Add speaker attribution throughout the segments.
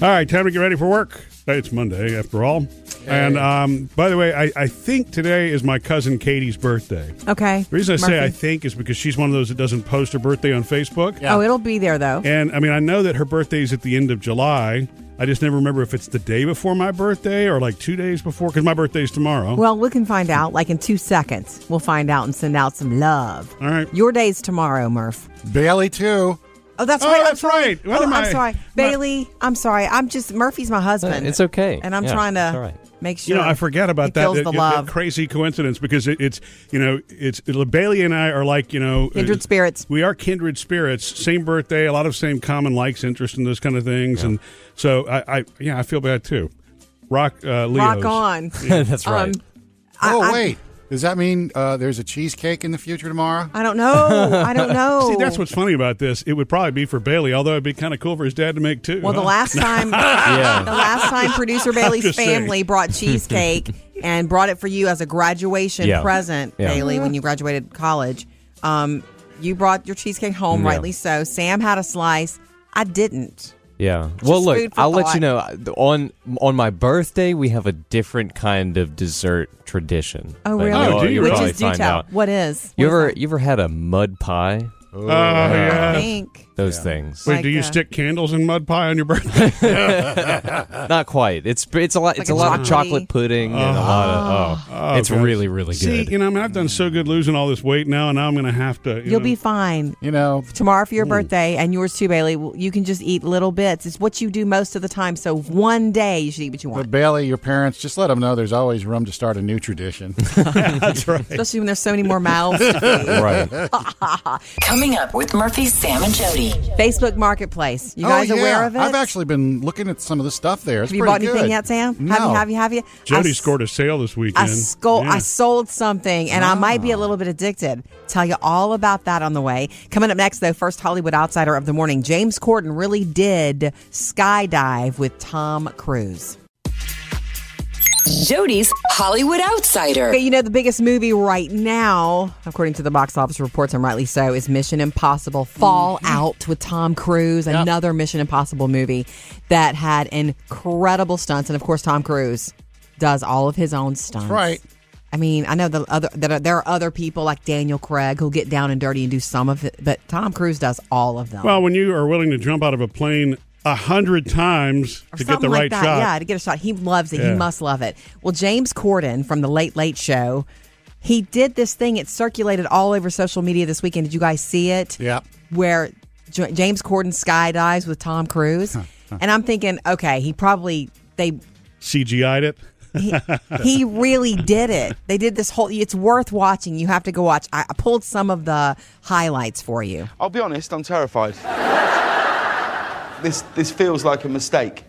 Speaker 1: All right, time to get ready for work. It's Monday, after all. And um, by the way, I, I think today is my cousin Katie's birthday.
Speaker 2: Okay.
Speaker 1: The reason I say I
Speaker 2: Murphy.
Speaker 1: think is because she's one of those that doesn't post her birthday on Facebook.
Speaker 2: Oh, it'll be there though.
Speaker 1: And I mean, I know that her birthday is at the end of July. I just never remember if it's the day before my birthday or like two days before, because my birthday's tomorrow.
Speaker 2: Well, we can find out like in two seconds. We'll find out and send out some love.
Speaker 1: All right.
Speaker 2: Your day's tomorrow, Murph.
Speaker 3: Bailey too.
Speaker 2: Oh, that's
Speaker 1: Oh,
Speaker 2: right. I'm
Speaker 1: that's
Speaker 2: sorry.
Speaker 1: right. What
Speaker 2: oh,
Speaker 1: am
Speaker 2: I'm
Speaker 1: I-
Speaker 2: sorry,
Speaker 1: my-
Speaker 2: Bailey. I'm sorry. I'm just Murphy's my husband.
Speaker 4: Uh, It's okay.
Speaker 2: And I'm
Speaker 4: Yeah,
Speaker 2: trying
Speaker 4: it's
Speaker 2: to
Speaker 4: all right.
Speaker 2: make sure.
Speaker 1: You know, I forget about
Speaker 2: he
Speaker 1: that,
Speaker 2: Feels
Speaker 1: that-
Speaker 2: the
Speaker 1: that
Speaker 2: love.
Speaker 1: crazy coincidence because it, it's you know it's Bailey and I are like you know
Speaker 2: Kindred
Speaker 1: uh,
Speaker 2: spirits.
Speaker 1: We are kindred spirits, same birthday, a lot of same common likes, interest in those kind of things, and so I, I yeah I feel bad too. Rock uh, Leo's.
Speaker 2: Rock on.
Speaker 4: That's right.
Speaker 2: Um,
Speaker 3: oh
Speaker 2: I-
Speaker 3: wait, does that mean uh, there's a cheesecake in the future tomorrow?
Speaker 2: I don't know. I don't know.
Speaker 1: See, that's what's funny about this. It would probably be for Bailey, although it'd be kind of cool for his dad to make too.
Speaker 2: Well, the
Speaker 1: huh?
Speaker 2: last time, the last time producer Bailey's
Speaker 1: just saying.
Speaker 2: family brought cheesecake and brought it for you as a graduation
Speaker 4: Yeah.
Speaker 2: present,
Speaker 4: Yeah.
Speaker 2: Bailey, when you graduated college. Um, you brought your cheesecake home,
Speaker 4: Yeah.
Speaker 2: rightly so. Sam had a slice. I didn't.
Speaker 4: Yeah. Well,
Speaker 2: food
Speaker 4: look,
Speaker 2: for
Speaker 4: I'll let you
Speaker 2: thought.
Speaker 4: know. On on my birthday, we have a different kind of dessert tradition.
Speaker 2: Oh,
Speaker 4: Like,
Speaker 2: really?
Speaker 1: Oh,
Speaker 4: you'll-
Speaker 1: do you
Speaker 4: you'll
Speaker 2: Which
Speaker 1: really?
Speaker 4: probably
Speaker 2: is do
Speaker 4: find
Speaker 2: tell.
Speaker 4: out.
Speaker 2: What is?
Speaker 4: You
Speaker 2: What
Speaker 4: ever
Speaker 2: is
Speaker 4: you ever had a mud pie?
Speaker 1: Oh, yeah.
Speaker 2: that? Pink.
Speaker 4: Those things.
Speaker 1: Wait,
Speaker 2: Like,
Speaker 1: do you
Speaker 2: uh,
Speaker 1: stick candles in mud pie on your birthday?
Speaker 4: Not quite. It's it's a lot. it's
Speaker 2: a
Speaker 4: a lot of
Speaker 2: chocolatey-
Speaker 4: chocolate pudding and a lot of. Oh, it's really really
Speaker 1: Ah.
Speaker 4: good.
Speaker 1: See, you know, I mean, I've done so good losing all this weight now, and now I'm going to have to. You
Speaker 2: You'll
Speaker 1: know.
Speaker 2: be fine.
Speaker 3: You know,
Speaker 2: Tomorrow for your birthday and yours too, Bailey. w- You can just eat little bits. It's what you do most of the time. So one day you should eat what you
Speaker 3: but
Speaker 2: want,
Speaker 3: Bailey, your parents just let them know there's always room to start a new tradition.
Speaker 1: That's right.
Speaker 2: especially when there's so many more mouths to feed.
Speaker 4: right.
Speaker 5: Coming up with Murphy, Sam, and Jody.
Speaker 2: Facebook Marketplace. You guys
Speaker 3: oh, yeah.
Speaker 2: aware of it?
Speaker 3: I've actually been looking at some of the stuff there. It's
Speaker 2: Have you bought
Speaker 3: pretty
Speaker 2: anything
Speaker 3: good.
Speaker 2: yet, Sam?
Speaker 3: No.
Speaker 2: Have you? Have you? Have you?
Speaker 1: Jody
Speaker 2: I, s-
Speaker 1: scored a sale this weekend.
Speaker 2: I, scol-
Speaker 1: Yeah.
Speaker 2: I sold something, and I might be a little bit addicted. Tell you all about that on the way. Coming up next, though, first Hollywood outsider of the morning, James Corden really did skydive with Tom Cruise.
Speaker 5: Jody's Hollywood Outsider.
Speaker 2: Okay, you know, the biggest movie right now, according to the box office reports, and rightly so, is Mission Impossible Fallout with Tom Cruise, another Mission Impossible movie that had incredible stunts. And of course, Tom Cruise does all of his own stunts.
Speaker 3: right.
Speaker 2: I mean, I know the other that are, there are other people like Daniel Craig who'll get down and dirty and do some of it, but Tom Cruise does all of them.
Speaker 1: Well, when you are willing to jump out of a plane a hundred times
Speaker 2: or
Speaker 1: to get the
Speaker 2: something like
Speaker 1: right
Speaker 2: that.
Speaker 1: shot,
Speaker 2: Yeah, to get a shot. He loves it.
Speaker 1: Yeah.
Speaker 2: He must love it. Well, James Corden from the Late Late Show, he did this thing. It circulated all over social media this weekend. Did you guys see it?
Speaker 3: Yep.
Speaker 2: Where J- James Corden skydives with Tom Cruise, and I'm thinking, okay, he probably they
Speaker 1: CGI'd it.
Speaker 2: he, he really did it. They did this whole. It's worth watching. You have to go watch. I, I pulled some of the highlights for you.
Speaker 6: I'll be honest, I'm terrified. this this feels like a mistake.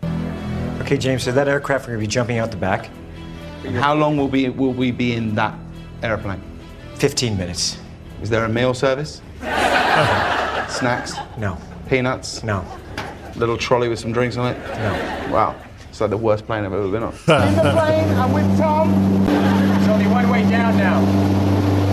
Speaker 7: Okay, James, so that aircraft are going to be jumping out the back?
Speaker 6: How long will be will we be in that aeroplane?
Speaker 7: 15 minutes.
Speaker 6: Is there a meal service? Snacks?
Speaker 7: No,
Speaker 6: Peanuts?
Speaker 7: no,
Speaker 6: Little trolley with some drinks on it?
Speaker 7: no.
Speaker 6: Wow. It's like the worst plane I've ever been on.
Speaker 8: In the plane, I'm with Tom. There's only one way down now.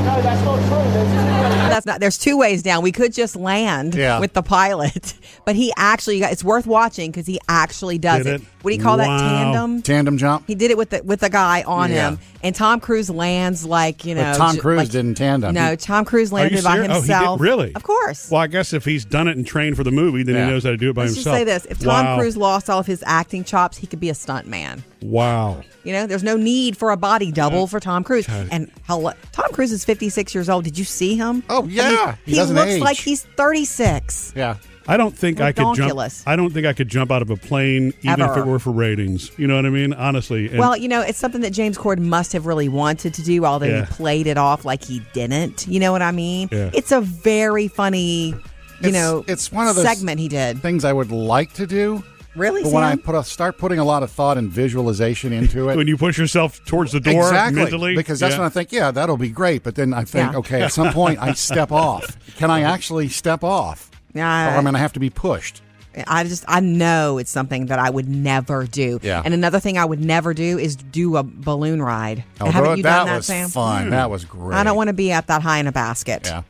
Speaker 8: No, that's not true. There's-
Speaker 2: That's not. There's two ways down. We could just land
Speaker 3: Yeah.
Speaker 2: with the pilot, but he actually. It's worth watching because he actually does
Speaker 1: Did
Speaker 2: it.
Speaker 1: it?
Speaker 2: What do you call
Speaker 1: Wow.
Speaker 2: that tandem?
Speaker 3: Tandem jump.
Speaker 2: He did it with the with the guy on
Speaker 3: Yeah.
Speaker 2: him, and Tom Cruise lands like you know.
Speaker 3: But Tom
Speaker 2: ju-
Speaker 3: Cruise
Speaker 2: like-
Speaker 3: didn't tandem.
Speaker 2: No,
Speaker 3: He-
Speaker 2: Tom Cruise
Speaker 1: Are you
Speaker 2: landed by
Speaker 1: serious? Oh, he did-
Speaker 2: himself.
Speaker 1: really?
Speaker 2: Of course.
Speaker 1: Well, I guess if he's done it and trained for the movie, then
Speaker 3: Yeah.
Speaker 1: he knows how to do it by
Speaker 2: Let's
Speaker 1: himself.
Speaker 2: just say this: if Tom
Speaker 1: wow.
Speaker 2: Cruise lost all of his acting chops, he could be a stunt man.
Speaker 1: wow,
Speaker 2: You know, there's no need for a body double for Tom Cruise. And hell, Tom Cruise is 56 years old. Did you see him?
Speaker 3: Oh,
Speaker 2: I mean,
Speaker 3: yeah. He
Speaker 2: he
Speaker 3: doesn't
Speaker 2: looks
Speaker 3: age.
Speaker 2: like he's 36.
Speaker 3: yeah.
Speaker 1: I don't think I could jump.
Speaker 2: Redonkulous.
Speaker 1: I don't think I could jump out of a plane, even if
Speaker 2: Ever.
Speaker 1: it were for ratings. You know what I mean? Honestly, and
Speaker 2: Well, you know, it's something that James Corden must have really wanted to do, although
Speaker 1: Yeah.
Speaker 2: he played it off like he didn't. You know what I mean?
Speaker 1: Yeah.
Speaker 2: It's a very funny, you
Speaker 3: It's-
Speaker 2: know,
Speaker 3: it's one of those
Speaker 2: segment he did.
Speaker 3: Things I would like to do.
Speaker 2: Really,
Speaker 3: But when I
Speaker 2: Sam?
Speaker 3: put a, start putting a lot of thought and visualization into it,
Speaker 1: when you push yourself towards the door
Speaker 3: exactly,
Speaker 1: mentally,
Speaker 3: because that's
Speaker 1: yeah.
Speaker 3: when I think, yeah, that'll be great. But then I think,
Speaker 2: Yeah.
Speaker 3: okay, at some point I step off. Can I actually step off?
Speaker 2: Yeah.
Speaker 3: Or I'm going to have to be pushed.
Speaker 2: I just I know it's something that I would never do.
Speaker 3: Yeah.
Speaker 2: And another thing I would never do is do a balloon ride.
Speaker 3: Although
Speaker 2: Haven't you
Speaker 3: Oh, that Hmm.
Speaker 2: done Oh, that,
Speaker 3: was
Speaker 2: Sam?
Speaker 3: fun. That was great.
Speaker 2: I don't want to be at that high in a basket.
Speaker 3: Yeah.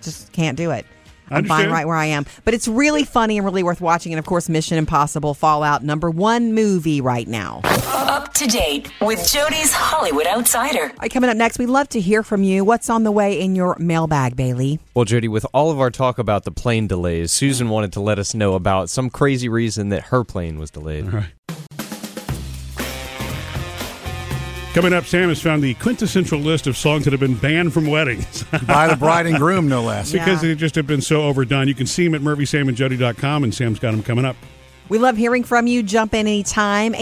Speaker 2: Just can't do it.
Speaker 1: I
Speaker 2: I'm fine
Speaker 1: understand.
Speaker 2: right where I am. But it's really funny and really worth watching. And of course, Mission Impossible Fallout, number one movie right now.
Speaker 5: Up to date with Jody's Hollywood Outsider.
Speaker 2: All right, coming up next, we'd love to hear from you. What's on the way in your mailbag, Bailey?
Speaker 4: Well, Jody, with all of our talk about the plane delays, Susan wanted to let us know about some crazy reason that her plane was delayed.
Speaker 1: Uh-huh. Coming up, Sam has found the quintessential list of songs that have been banned from weddings
Speaker 3: By the bride and groom, no less.
Speaker 1: because
Speaker 2: Yeah.
Speaker 1: they just have been so overdone. You can see him at murphysamandjody.com, and Sam's got him coming up.
Speaker 2: We love hearing from you. Jump in anytime,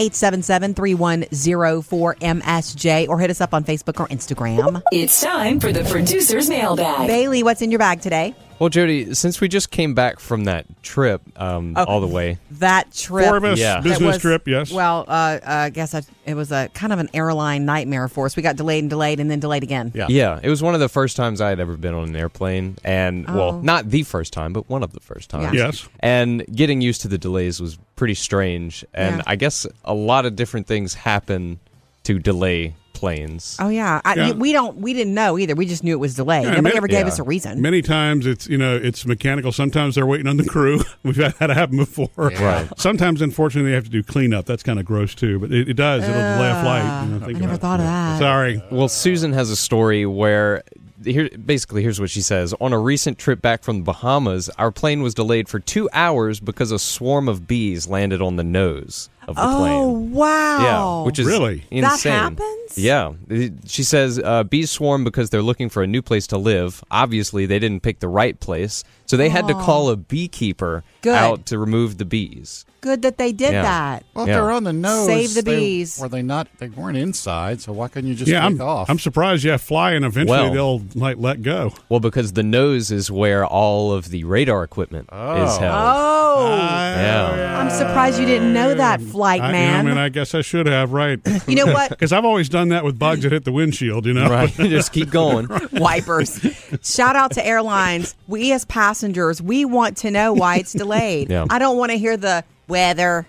Speaker 2: 877-3104-MSJ, or hit us up on Facebook or Instagram.
Speaker 5: It's time for the producer's mailbag.
Speaker 2: Bailey, what's in your bag today?
Speaker 4: Well, Jody, since we just came back from that trip um,
Speaker 2: Oh.
Speaker 4: all the way,
Speaker 2: That trip.
Speaker 1: Four of us,
Speaker 4: Yeah.
Speaker 2: that
Speaker 1: business
Speaker 2: was-
Speaker 1: trip, yes.
Speaker 2: Well, uh, uh, I guess I, it was a kind of an airline nightmare for us. We got delayed and delayed and then delayed again.
Speaker 1: Yeah.
Speaker 4: yeah, it was one of the first times I had ever been on an airplane. And,
Speaker 2: Oh.
Speaker 4: well, not the first time, but one of the first times.
Speaker 1: Yeah. Yes.
Speaker 4: And getting used to the delays was pretty strange. And
Speaker 2: Yeah.
Speaker 4: I guess a lot of different things happen to delay planes.
Speaker 2: Oh yeah. I,
Speaker 1: Yeah.
Speaker 2: we don't. We didn't know either. We just knew it was delayed.
Speaker 1: Yeah,
Speaker 2: Nobody
Speaker 1: many-
Speaker 2: ever gave
Speaker 4: yeah.
Speaker 2: us a reason.
Speaker 1: Many times it's you know it's mechanical. Sometimes they're waiting on the crew. We've had that happen before.
Speaker 4: Right.
Speaker 1: Sometimes, unfortunately, they have to do cleanup. That's kind of gross too. But it, it does. It'll delay a flight. you know, think
Speaker 2: I never
Speaker 1: about it.
Speaker 2: thought of that.
Speaker 1: Sorry.
Speaker 4: Well, Susan has a story where here basically here's what she says. On a recent trip back from the Bahamas, our plane was delayed for 2 hours because a swarm of bees landed on the nose of the
Speaker 2: Oh
Speaker 4: plane.
Speaker 2: wow.
Speaker 4: Yeah, which is
Speaker 1: Really?
Speaker 4: insane.
Speaker 2: That happens?
Speaker 4: Yeah, It- she says uh, bees swarm because they're looking for a new place to live. Obviously, they didn't pick the right place, so they had to call a beekeeper
Speaker 2: Good.
Speaker 4: out to remove the bees.
Speaker 2: good that they did
Speaker 4: Yeah.
Speaker 2: that.
Speaker 3: Well,
Speaker 4: Yeah.
Speaker 3: if they're on the nose,
Speaker 2: Save the
Speaker 3: they-
Speaker 2: bees.
Speaker 3: Were they not? They weren't inside, so why couldn't you just
Speaker 1: yeah,
Speaker 3: take
Speaker 1: I'm,
Speaker 3: off?
Speaker 1: I'm surprised. Yeah, fly and eventually
Speaker 4: Well-
Speaker 1: they'll like let go.
Speaker 4: Well, because the nose is where all of the radar equipment is held.
Speaker 2: Oh.
Speaker 1: I-
Speaker 4: Yeah.
Speaker 2: I'm surprised you didn't know that, flight
Speaker 1: Um, I,
Speaker 2: man.
Speaker 1: I mean, I guess I should have. Right.
Speaker 2: you know what?
Speaker 1: Because I've always done that with bugs that hit the windshield. You know.
Speaker 4: Right, just keep going.
Speaker 2: Wipers. Shout out to airlines. We as passengers, we want to know why it's delayed.
Speaker 4: Yeah.
Speaker 2: I don't want to hear the weather.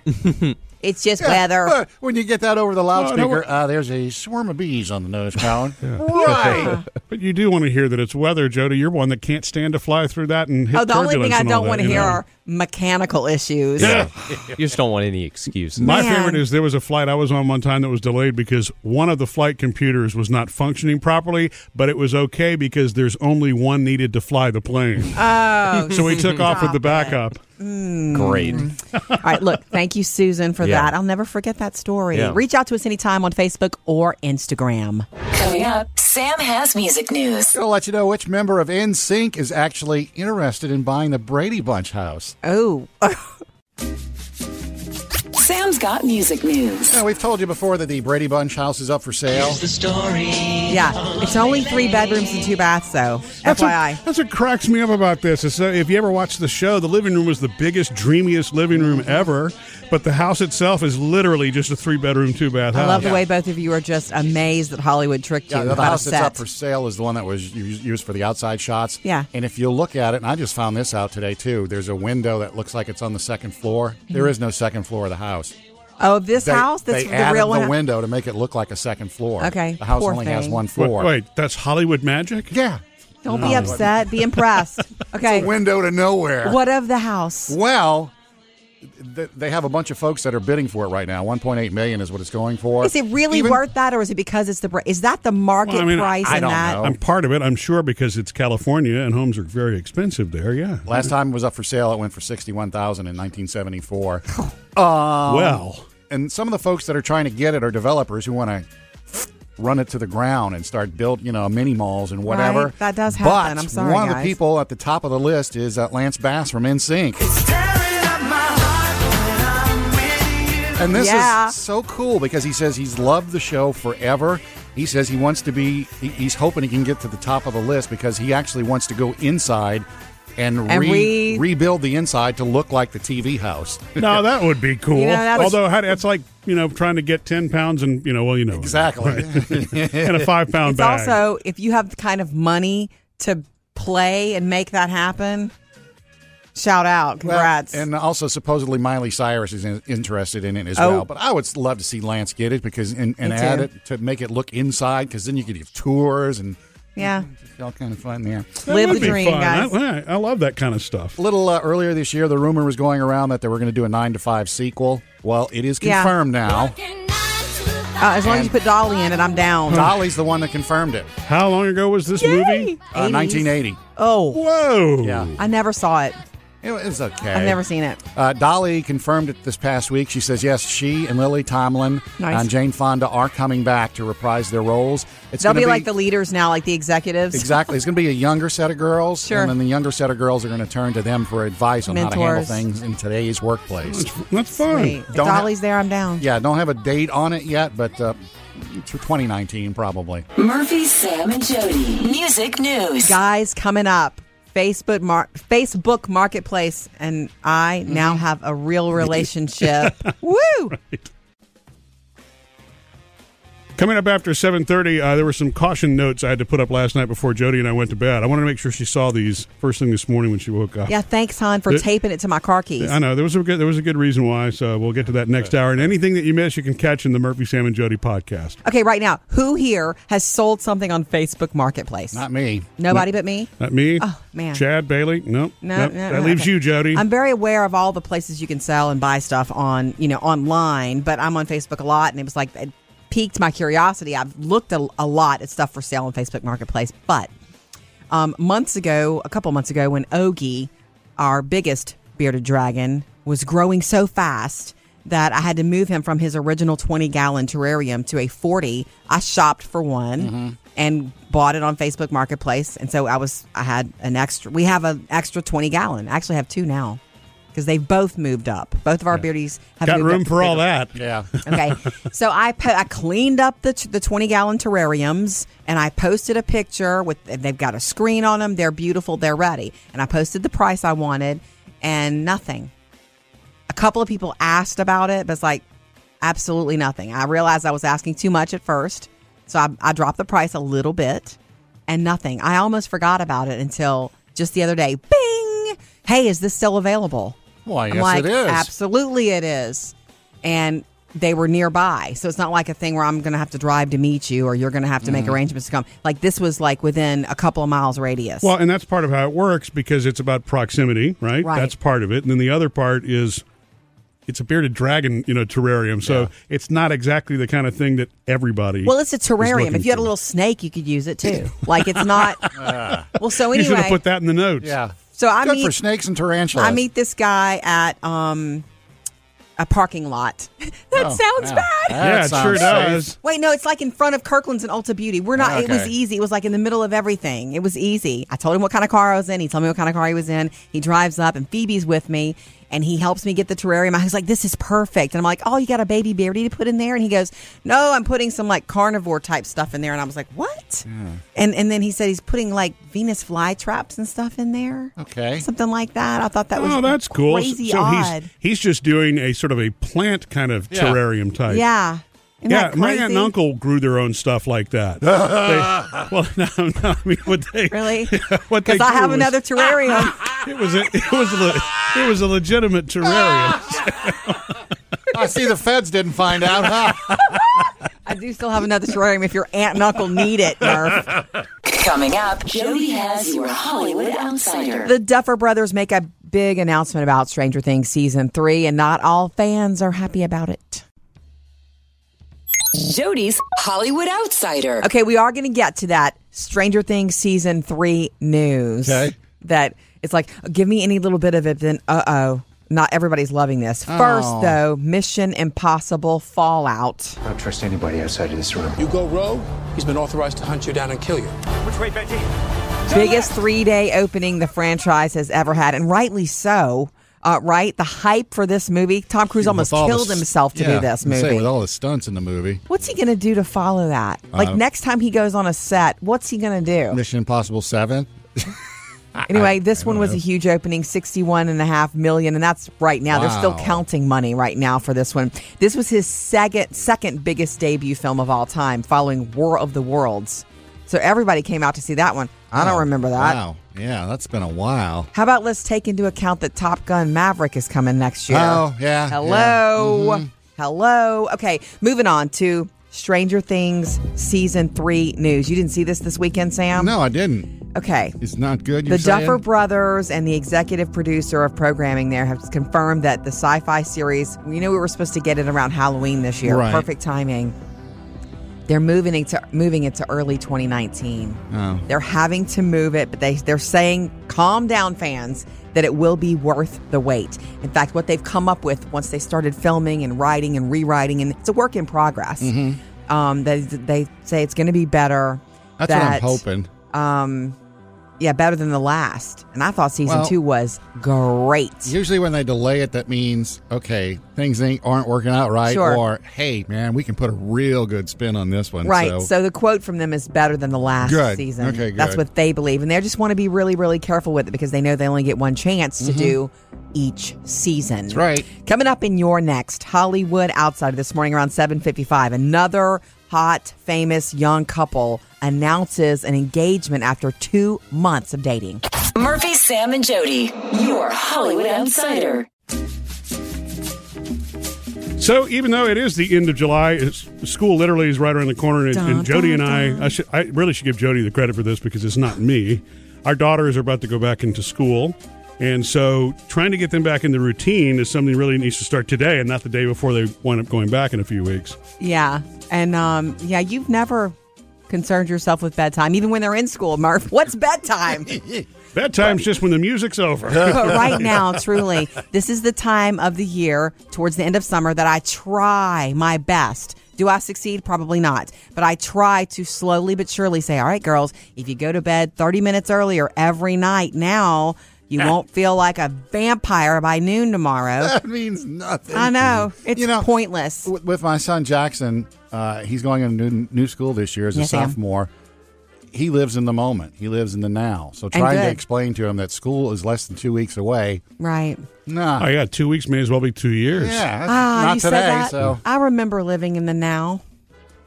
Speaker 2: it's just
Speaker 3: Yeah,
Speaker 2: weather.
Speaker 3: but when you get that over the loudspeaker,
Speaker 1: what-
Speaker 3: uh, there's a swarm of bees on the nose, Colin. Right.
Speaker 1: But you do want to hear that it's weather, Jody. You're one that can't stand to fly through that and hit
Speaker 2: Oh, the only
Speaker 1: turbulence
Speaker 2: thing I
Speaker 1: and all
Speaker 2: don't
Speaker 1: that,
Speaker 2: want to
Speaker 1: you
Speaker 2: hear
Speaker 1: know.
Speaker 2: are mechanical issues.
Speaker 1: Yeah.
Speaker 4: You just don't want any excuses.
Speaker 1: My
Speaker 2: Man.
Speaker 1: favorite is there was a flight I was on one time that was delayed because one of the flight computers was not functioning properly, but it was okay because there's only one needed to fly the plane.
Speaker 2: Oh,
Speaker 1: so we took off with the
Speaker 2: stop it.
Speaker 1: backup.
Speaker 2: Mm.
Speaker 4: Great.
Speaker 2: All right, look, thank you, Susan, for
Speaker 4: Yeah.
Speaker 2: that. I'll never forget that story.
Speaker 4: Yeah.
Speaker 2: Reach out to us anytime on Facebook or Instagram.
Speaker 5: Coming up, Sam has music news.
Speaker 3: It'll let you know which member of NSYNC is actually interested in buying the Brady Bunch house.
Speaker 2: Oh,
Speaker 5: Sam's got music news.
Speaker 3: Now, we've told you before that the Brady Bunch house is up for sale.
Speaker 2: yeah. It's only three bedrooms and two baths, though.
Speaker 1: That's
Speaker 2: FYI.
Speaker 1: What, that's what cracks me up about this. Is uh, if you ever watch the show, the living room was the biggest, dreamiest living room ever, but the house itself is literally just a three bedroom, two bath
Speaker 2: I
Speaker 1: house.
Speaker 2: love the way both of you are just amazed that Hollywood tricked you
Speaker 3: Yeah, the
Speaker 2: about
Speaker 3: house
Speaker 2: a
Speaker 3: that's
Speaker 2: set.
Speaker 3: up for sale is the one that was u- used for the outside shots.
Speaker 2: Yeah.
Speaker 3: And if you look at it, and I just found this out today too, there's a window that looks like it's on the second floor. There is no second floor of the house.
Speaker 2: oh, Mm-hmm. this
Speaker 3: They-
Speaker 2: house? That's
Speaker 3: they
Speaker 2: the
Speaker 3: added
Speaker 2: real
Speaker 3: the
Speaker 2: one?
Speaker 3: window to make it look like a second floor.
Speaker 2: Okay,
Speaker 3: The house
Speaker 2: poor
Speaker 3: only has
Speaker 2: thing.
Speaker 3: one
Speaker 1: Wait,
Speaker 3: floor.
Speaker 1: wait, that's Hollywood magic.
Speaker 3: Yeah.
Speaker 2: Don't
Speaker 3: Oh,
Speaker 2: be upset. Be impressed. Okay.
Speaker 3: Window to nowhere.
Speaker 2: What of the house?
Speaker 3: Well, th- they have a bunch of folks that are bidding for it right now. 1.8 million is what it's going for.
Speaker 2: Is it really
Speaker 3: Even-
Speaker 2: worth that, or is it because it's the br- is that the market
Speaker 1: Well, I mean,
Speaker 2: price
Speaker 3: I
Speaker 2: in
Speaker 3: don't
Speaker 2: that?
Speaker 3: know.
Speaker 1: I'm part of it, I'm sure, because it's California and homes are very expensive there. Yeah.
Speaker 3: Last time it was up for sale, it went for 61000 in 1974.
Speaker 2: Oh.
Speaker 1: well,
Speaker 3: and some of the folks that are trying to get it are developers who want to run it to the ground and start build, you know, mini malls and whatever.
Speaker 2: Right, that does happen.
Speaker 3: But
Speaker 2: I'm sorry,
Speaker 3: one of
Speaker 2: guys.
Speaker 3: the people at the top of the list is uh, Lance Bass from NSYNC. And this
Speaker 2: Yeah.
Speaker 3: is so cool because he says he's loved the show forever. He says he wants to be, he- he's hoping he can get to the top of the list because he actually wants to go inside and,
Speaker 2: And
Speaker 3: re-
Speaker 2: re-
Speaker 3: rebuild the inside to look like the TV house.
Speaker 1: no, that would be cool.
Speaker 2: You know, that was-
Speaker 1: Although, how, that's like, you know, trying to get 10 pounds and, you know, well, you know.
Speaker 3: Exactly.
Speaker 1: and a five pound
Speaker 2: It's
Speaker 1: bag.
Speaker 2: also if you have the kind of money to play and make that happen. Shout out!
Speaker 3: Well,
Speaker 2: Congrats!
Speaker 3: and also, supposedly, Miley Cyrus is in, interested in it as
Speaker 2: Oh.
Speaker 3: well. But I would love to see Lance get it because and, and
Speaker 2: Me
Speaker 3: add
Speaker 2: too.
Speaker 3: it to make it look inside because then you could have tours and
Speaker 2: Yeah.
Speaker 3: It's all kind of fun there.
Speaker 1: That
Speaker 2: Live
Speaker 1: would
Speaker 2: the
Speaker 1: be
Speaker 2: dream,
Speaker 1: fun.
Speaker 2: guys.
Speaker 1: I, I love that kind of stuff.
Speaker 3: A little uh, earlier this year, the rumor was going around that they were going to do a nine to five sequel. Well, it is
Speaker 2: Yeah.
Speaker 3: confirmed now.
Speaker 2: Uh, as long as you put Dolly in it, I'm down.
Speaker 3: Dolly's the one that confirmed it.
Speaker 1: How long ago was this movie?
Speaker 3: Uh,
Speaker 2: 80s.
Speaker 3: 1980.
Speaker 2: Oh,
Speaker 1: Whoa.
Speaker 3: Yeah,
Speaker 2: I never saw it.
Speaker 3: it was okay.
Speaker 2: I've never seen it.
Speaker 3: Uh, Dolly confirmed it this past week. She says yes, she and Lily Tomlin
Speaker 2: Nice.
Speaker 3: and Jane Fonda are coming back to reprise their roles. It's
Speaker 2: They'll
Speaker 3: gonna
Speaker 2: be, like the leaders now, like the executives.
Speaker 3: exactly. It's going to be a younger set of girls,
Speaker 2: Sure.
Speaker 3: and then the younger set of girls are going to turn to them for advice on how to handle
Speaker 2: Mentors.
Speaker 3: things in today's workplace.
Speaker 1: That's fun.
Speaker 2: Wait, if
Speaker 3: Don't ha-
Speaker 2: Dolly's there, I'm down.
Speaker 3: Yeah, don't have a date on it yet, but uh, it's for 2019 probably.
Speaker 5: Murphy, Sam, and Jody. Music news.
Speaker 2: Guys, coming up, Facebook mar- Facebook Marketplace, and I now have a real relationship. Woo!
Speaker 1: Coming up after 7:30, uh, there were some caution notes I had to put up last night before Jody and I went to bed. I wanted to make sure she saw these first thing this morning when she woke up.
Speaker 2: Yeah, thanks, hon, for
Speaker 1: Th-
Speaker 2: taping it to my car keys.
Speaker 1: I know there was a good there was a good reason why, so we'll get to that next hour. And anything that you miss, you can catch in the Murphy Sam and Jody podcast.
Speaker 2: Okay, right now, who here has sold something on Facebook Marketplace?
Speaker 3: Not me.
Speaker 2: Nobody but me.
Speaker 1: Not me.
Speaker 2: Oh, man.
Speaker 1: Chad Bailey. Nope.
Speaker 2: No,
Speaker 1: nope.
Speaker 2: no,
Speaker 1: that
Speaker 2: no,
Speaker 1: leaves
Speaker 2: okay.
Speaker 1: you, Jody.
Speaker 2: I'm very aware of all the places you can sell and buy stuff on, you know, online, but I'm on Facebook a lot and it was like it piqued my curiosity. I've looked a, a lot at stuff for sale on Facebook Marketplace, but um, months ago, a couple months ago when Ogie, our biggest bearded dragon, was growing so fast that I had to move him from his original 20 gallon terrarium to a 40. I shopped for one
Speaker 1: Mm-hmm.
Speaker 2: and bought it on Facebook Marketplace. And so I was, I had an extra, we have an extra 20 gallon. I actually have two now because they've both moved up. Both of our beardies have
Speaker 1: Got
Speaker 2: moved
Speaker 1: room
Speaker 2: up
Speaker 1: for all
Speaker 2: bigger.
Speaker 1: that.
Speaker 3: Yeah.
Speaker 2: Okay, so I po- I cleaned up the t- the twenty gallon terrariums and I posted a picture with and they've got a screen on them. They're beautiful. They're ready. And I posted the price I wanted, and nothing. A couple of people asked about it, but it's like absolutely nothing. I realized I was asking too much at first, so I, I dropped the price a little bit, and nothing. I almost forgot about it until just the other day. Bing! Hey, is this still available?
Speaker 3: Why,
Speaker 2: I'm
Speaker 3: yes,
Speaker 2: like,
Speaker 3: it is.
Speaker 2: Absolutely, it is. And they were nearby. So it's not like a thing where I'm going to have to drive to meet you or you're going to have to
Speaker 1: Mm.
Speaker 2: make arrangements to come. Like this was like within a couple of miles radius.
Speaker 1: Well, and that's part of how it works because it's about proximity, right?
Speaker 2: Right.
Speaker 1: That's part of it. And then the other part is it's a bearded dragon, you know, terrarium. So it's not exactly the kind of thing that everybody.
Speaker 2: Well, it's a
Speaker 1: is looking
Speaker 2: terrarium. If you had
Speaker 1: for.
Speaker 2: a little snake, you could use it too. Like it's not. well, so
Speaker 1: Ah. you should have
Speaker 2: anyway,
Speaker 1: put that in the notes.
Speaker 3: Yeah.
Speaker 2: So I
Speaker 3: Good
Speaker 2: meet-
Speaker 3: for snakes and tarantulas.
Speaker 2: I meet this guy at um, a parking lot. that
Speaker 1: Oh,
Speaker 2: sounds
Speaker 3: yeah.
Speaker 2: bad.
Speaker 3: That
Speaker 1: Yeah, it sure
Speaker 3: sounds
Speaker 1: does.
Speaker 3: safe.
Speaker 2: Wait, no, it's like in front of Kirkland's and Ulta Beauty. We're not.
Speaker 3: Ah,
Speaker 2: It was
Speaker 3: okay.
Speaker 2: easy. It was like in the middle of everything. It was easy. I told him what kind of car I was in. He told me what kind of car he was in. He drives up, and Phoebe's with me, and he helps me get the terrarium. I was like, "This is perfect." And I'm like, "Oh, you got a baby beardy to put in there?" And he goes, "No, I'm putting some like carnivore type stuff in there." And I was like, "What?" And and then he said he's putting like Venus flytraps and stuff in there.
Speaker 3: Okay.
Speaker 2: something like that. I thought that was
Speaker 1: oh, that's cool.
Speaker 2: Crazy
Speaker 1: so
Speaker 2: odd.
Speaker 1: he's he's just doing a sort of a plant kind of
Speaker 3: Yeah.
Speaker 1: terrarium type.
Speaker 2: yeah. Isn't
Speaker 1: Yeah,
Speaker 2: that
Speaker 1: my aunt and
Speaker 2: crazy?
Speaker 1: uncle grew their own stuff like that. They- well, no, no, I mean, what they
Speaker 2: Really?
Speaker 1: what they
Speaker 2: Because I
Speaker 1: grew
Speaker 2: have
Speaker 1: was-
Speaker 2: another terrarium.
Speaker 1: It was a it was a le- it was a legitimate terrarium.
Speaker 3: I see the feds didn't find out, huh?
Speaker 2: I do still have another terrarium if your aunt and uncle need it, Murph.
Speaker 5: Coming up, Jody has your Hollywood Outsider.
Speaker 2: The Duffer Brothers make a big announcement about Stranger Things season three, and not all fans are happy about it.
Speaker 5: Jody's Hollywood Outsider.
Speaker 2: Okay, we are going to get to that Stranger Things season three news.
Speaker 3: Okay.
Speaker 2: That it's like, give me any little bit of it, then uh oh, not everybody's loving this. First,
Speaker 3: Oh.
Speaker 2: though, Mission Impossible Fallout.
Speaker 7: I don't trust anybody outside of this room.
Speaker 9: You go rogue, he's been authorized to hunt you down and kill you.
Speaker 8: Which way, Betty?
Speaker 2: biggest three day opening the franchise has ever had, and rightly so. Uh, right, the hype for this movie. Tom Cruise almost
Speaker 3: With all the
Speaker 2: killed
Speaker 3: s-
Speaker 2: himself to
Speaker 3: yeah,
Speaker 2: do this
Speaker 3: I'm gonna say,
Speaker 2: movie.
Speaker 3: with all Uh, the stunts in the movie.
Speaker 2: what's he gonna do to follow that? Like next time he goes on a set, what's he gonna do?
Speaker 3: Mission Impossible 7.
Speaker 2: Anyway, this one was a huge opening, sixty-one and a half million, and that's right now. They're still
Speaker 3: Wow.
Speaker 2: counting money right now for this one. This was his second second biggest debut film of all time, following War of the Worlds. So everybody came out to see that one. I
Speaker 3: Oh,
Speaker 2: don't remember that.
Speaker 3: Wow. Yeah, that's been a while.
Speaker 2: How about let's take into account that Top Gun Maverick is coming next year?
Speaker 3: Oh, yeah,
Speaker 2: Hello.
Speaker 3: yeah.
Speaker 2: Hello. Okay, moving on to Stranger Things season three news. You didn't see this this weekend, Sam?
Speaker 3: No, I didn't.
Speaker 2: Okay.
Speaker 3: It's not good.
Speaker 2: The
Speaker 3: You're saying?
Speaker 2: Duffer Brothers and the executive producer of programming there have confirmed that the sci fi series, we know we were supposed to get it around Halloween this year.
Speaker 3: Right.
Speaker 2: Perfect timing. They're moving it to moving it to early 2019.
Speaker 3: Oh.
Speaker 2: They're having to move it, but they they're saying, "Calm down, fans, that it will be worth the wait." In fact, what they've come up with once they started filming and writing and rewriting, and it's a work in progress. Um, they they say it's going to be better.
Speaker 3: Mm-hmm. That's what I'm
Speaker 2: that,
Speaker 3: hoping.
Speaker 2: Um, yeah, better than the last. And I thought season
Speaker 3: Well-
Speaker 2: two was great.
Speaker 3: Usually, when they delay it, that means okay, things ain't, aren't working out right,
Speaker 2: Sure.
Speaker 3: or hey, man, we can put a real good spin on this one.
Speaker 2: Right.
Speaker 3: So,
Speaker 2: So, the quote from them is better than the last
Speaker 3: Good.
Speaker 2: season.
Speaker 3: Okay, good.
Speaker 2: That's what they believe. And they just want to be really, really careful with it because they know they only get one chance to do each season. That's
Speaker 3: Mm-hmm. right.
Speaker 2: Coming up in your next Hollywood Outsider this morning around 7:55, another hot, famous young couple announces an engagement after 2 months of dating.
Speaker 5: Murphy, Sam, and Jody, your Hollywood outsider.
Speaker 1: So even though it is the end of July, it's, school literally is right around the corner, and, and
Speaker 2: Dun,
Speaker 1: Jody
Speaker 2: dun,
Speaker 1: and I, I, should, I really should give Jody the credit for this because it's not me. Our daughters are about to go back into school, and so trying to get them back in the routine is something really needs to start today, and not the day before they wind up going back in a few weeks.
Speaker 2: Yeah. And um yeah, you've never concerned yourself with bedtime even when they're in school, Murph. What's bedtime?
Speaker 1: Bedtime's just when the music's over.
Speaker 2: but right now, truly, this is the time of the year towards the end of summer that I try my best. Do I succeed? Probably not. But I try to slowly but surely say, all right, girls, if you go to bed 30 minutes earlier every night now, you won't feel like a vampire by noon tomorrow.
Speaker 3: that means nothing.
Speaker 2: I know. It's
Speaker 3: You know,
Speaker 2: pointless.
Speaker 3: with, with my son Jackson, uh, he's going in a new, new school this year as a
Speaker 2: Yes, Sam.
Speaker 3: sophomore. He lives in the moment. He lives in the now. So
Speaker 2: And
Speaker 3: trying to
Speaker 2: good.
Speaker 3: explain to him that school is less than two weeks away.
Speaker 2: Right.
Speaker 1: Oh
Speaker 3: Nah.
Speaker 1: yeah, two weeks may as well be two years.
Speaker 3: yeah. that's
Speaker 2: Ah,
Speaker 3: not
Speaker 2: you
Speaker 3: today.
Speaker 2: said that.
Speaker 3: So
Speaker 2: I remember living in the now.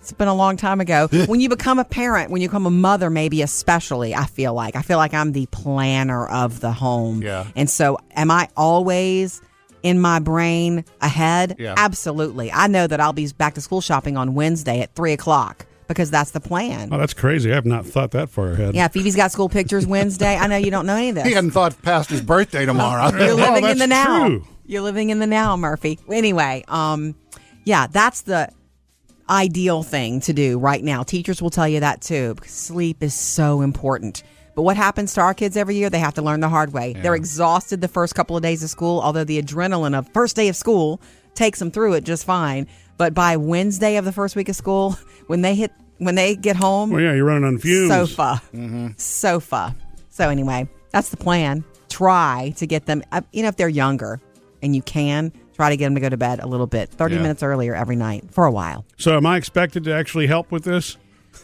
Speaker 2: It's been a long time ago. when you become a parent, when you become a mother, maybe especially, I feel like I feel like I'm the planner of the home.
Speaker 3: Yeah.
Speaker 2: And so, am I always in my brain ahead?
Speaker 3: Yeah.
Speaker 2: Absolutely. I know that I'll be back to school shopping on Wednesday at three o'clock because that's the plan.
Speaker 1: Oh, that's crazy. I have not thought that far ahead.
Speaker 2: yeah, Phoebe's got school pictures Wednesday. I know you don't know any of this.
Speaker 3: he hadn't thought past his birthday tomorrow.
Speaker 2: You're living in the
Speaker 1: Oh, that's
Speaker 2: now.
Speaker 1: true.
Speaker 2: You're living in the now, Murphy. Anyway, um, yeah, that's the ideal thing to do right now. Teachers will tell you that too, because sleep is so important. But what happens to our kids every year? They have to learn the hard way. They're exhausted the first couple of days of school, although the adrenaline of first day of school takes them through it just fine. But by Wednesday of the first week of school, when they hit when they get home,
Speaker 1: Well, yeah, you're running on fumes.
Speaker 2: sofa sofa so anyway that's the plan try to get them uh, you know if they're younger and you can try to get them to go to bed a little bit 30
Speaker 3: Yeah.
Speaker 2: minutes earlier every night for a while
Speaker 1: So am I expected to actually help with this?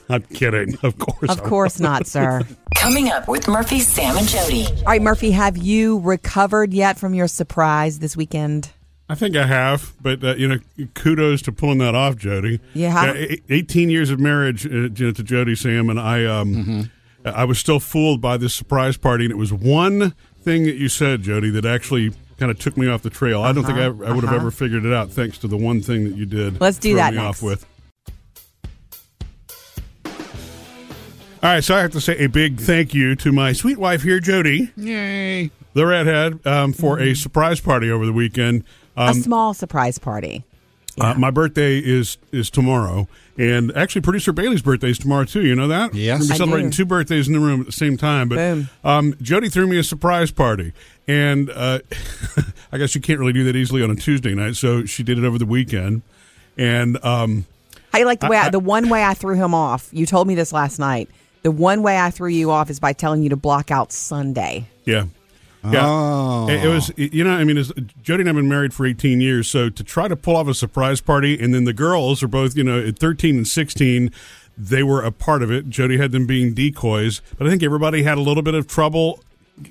Speaker 1: I'm kidding. Of course.
Speaker 2: of
Speaker 1: I'm-
Speaker 2: course not sir
Speaker 5: Coming up with Murphy, Sam, and Jody.
Speaker 2: all right murphy have you recovered yet from your surprise this weekend
Speaker 1: I think I have, but uh, you know, kudos to pulling that off, Jody.
Speaker 2: Yeah.
Speaker 1: e- eighteen years of marriage uh, you know, to Jody Sam, and I, um,
Speaker 2: Mm-hmm.
Speaker 1: I was still fooled by this surprise party, and it was one thing that you said, Jody, that actually kind of took me off the trail. I don't think I, I would have ever figured it out thanks to the one thing that you did.
Speaker 2: Uh-huh. Let's do
Speaker 1: throw
Speaker 2: that
Speaker 1: me off
Speaker 2: next.
Speaker 1: with. All right, so I have to say a big thank you to my sweet wife here, Jody,
Speaker 3: Yay.
Speaker 1: the redhead, um, for
Speaker 2: Mm-hmm.
Speaker 1: a surprise party over the weekend.
Speaker 2: a small surprise party
Speaker 1: Uh, my birthday is is tomorrow, and actually, producer Bailey's birthday is tomorrow too. You know that?
Speaker 3: Yes.
Speaker 1: We're gonna
Speaker 2: I
Speaker 1: be celebrating
Speaker 2: do.
Speaker 1: two birthdays in the room at the same time. But
Speaker 2: Boom.
Speaker 1: um, Jody threw me a surprise party, and uh, I guess you can't really do that easily on a Tuesday night, so she did it over the weekend. And um,
Speaker 2: how you like the way I, the one way i threw him off you told me this last night the one way i threw you off is by telling you to block out sunday
Speaker 1: yeah. Yeah, it, it was. You know, I mean, it's, Jody and I've been married for eighteen years, so to try to pull off a surprise party, and then the girls are both, you know, at thirteen and sixteen, they were a part of it. Jody had them being decoys, but I think everybody had a little bit of trouble,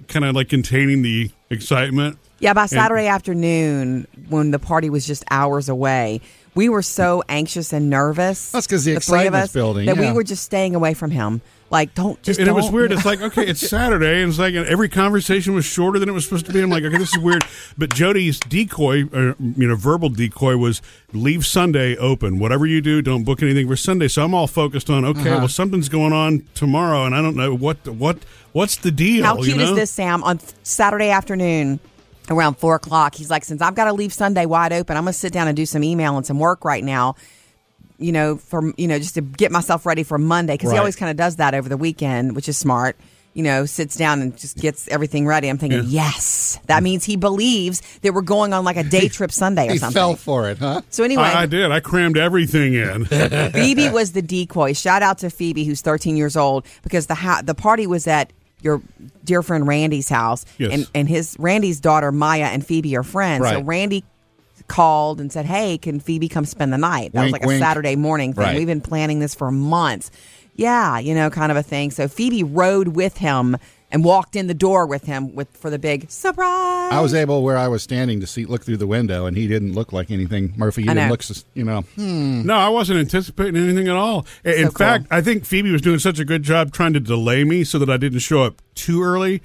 Speaker 1: kind of like containing the excitement.
Speaker 2: Yeah, by Saturday afternoon, when the party was just hours away, we were so anxious and nervous.
Speaker 3: That's 'cause the
Speaker 2: three of
Speaker 3: excitement's
Speaker 2: us,
Speaker 3: building,
Speaker 2: That
Speaker 3: yeah.
Speaker 2: we were just staying away from him. Like, don't just.
Speaker 1: and it was
Speaker 2: don't.
Speaker 1: weird. It's like, okay, it's Saturday, and it's like and every conversation was shorter than it was supposed to be. I'm like, okay, this is weird. But Jody's decoy, uh, you know, verbal decoy was leave Sunday open. Whatever you do, don't book anything for Sunday. So I'm all focused on, okay,
Speaker 2: Uh-huh.
Speaker 1: well, something's going on tomorrow, and I don't know what what what's the deal.
Speaker 2: How
Speaker 1: Oh, you
Speaker 2: cute is
Speaker 1: know?
Speaker 2: this, Sam? On th- Saturday afternoon around four o'clock, he's like, since I've got to leave Sunday wide open, I'm going to sit down and do some email and some work right now. You know, for you know, just to get myself ready for Monday because
Speaker 1: Right.
Speaker 2: he always kind of does that over the weekend, which is smart. You know, sits down and just gets everything ready. I'm thinking, yes, that means he believes that we're going on like a day trip Sunday or
Speaker 3: He
Speaker 2: something.
Speaker 3: fell for it, huh?
Speaker 2: so anyway,
Speaker 1: I, I did. I crammed everything in.
Speaker 2: Phoebe was the decoy. Shout out to Phoebe, who's 13 years old, because the ha- the party was at your dear friend Randy's house,
Speaker 1: Yes.
Speaker 2: and and his Randy's daughter Maya and Phoebe are friends. So
Speaker 3: Right.
Speaker 2: Randy called and said, "Hey, can Phoebe come spend the night?" That
Speaker 3: Wink,
Speaker 2: was like a
Speaker 3: wink.
Speaker 2: Saturday morning thing.
Speaker 3: Right.
Speaker 2: We've been planning this for months. Yeah, you know, kind of a thing. So Phoebe rode with him and walked in the door with him with for the big surprise.
Speaker 3: I was able where I was standing to see look through the window, and he didn't look like anything. Murphy, you
Speaker 2: I
Speaker 3: didn't
Speaker 2: know.
Speaker 3: look, sus- you know.
Speaker 1: No, I wasn't anticipating anything at all. In in
Speaker 2: cool.
Speaker 1: fact, I think Phoebe was doing such a good job trying to delay me so that I didn't show up too early.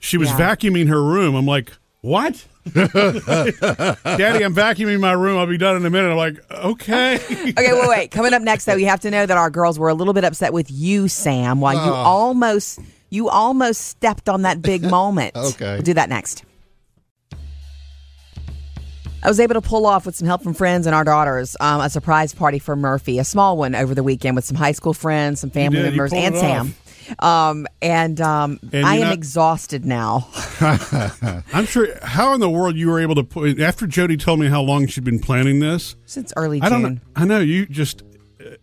Speaker 1: She was
Speaker 2: Yeah.
Speaker 1: vacuuming her room. I'm like, what? Daddy, I'm vacuuming my room. I'll be done in a minute. I'm like, okay.
Speaker 2: Okay, wait, wait. Coming up next, though, you have to know that our girls were a little bit upset with you, Sam, while
Speaker 1: Oh.
Speaker 2: you almost you almost stepped on that big moment.
Speaker 3: Okay.
Speaker 2: We'll do that next. I was able to pull off with some help from friends and our daughters um, a surprise party for Murphy, a small one over the weekend with some high school friends, some family
Speaker 1: did. You
Speaker 2: members,
Speaker 1: pulled
Speaker 2: and
Speaker 1: it
Speaker 2: Sam. Um, and um,
Speaker 1: And
Speaker 2: I
Speaker 1: you're
Speaker 2: am
Speaker 1: not-
Speaker 2: exhausted now.
Speaker 1: I'm sure. How in the world you were able to put after Jody told me how long she'd been planning this?
Speaker 2: Since early
Speaker 1: I
Speaker 2: June.
Speaker 1: don't know. I know you just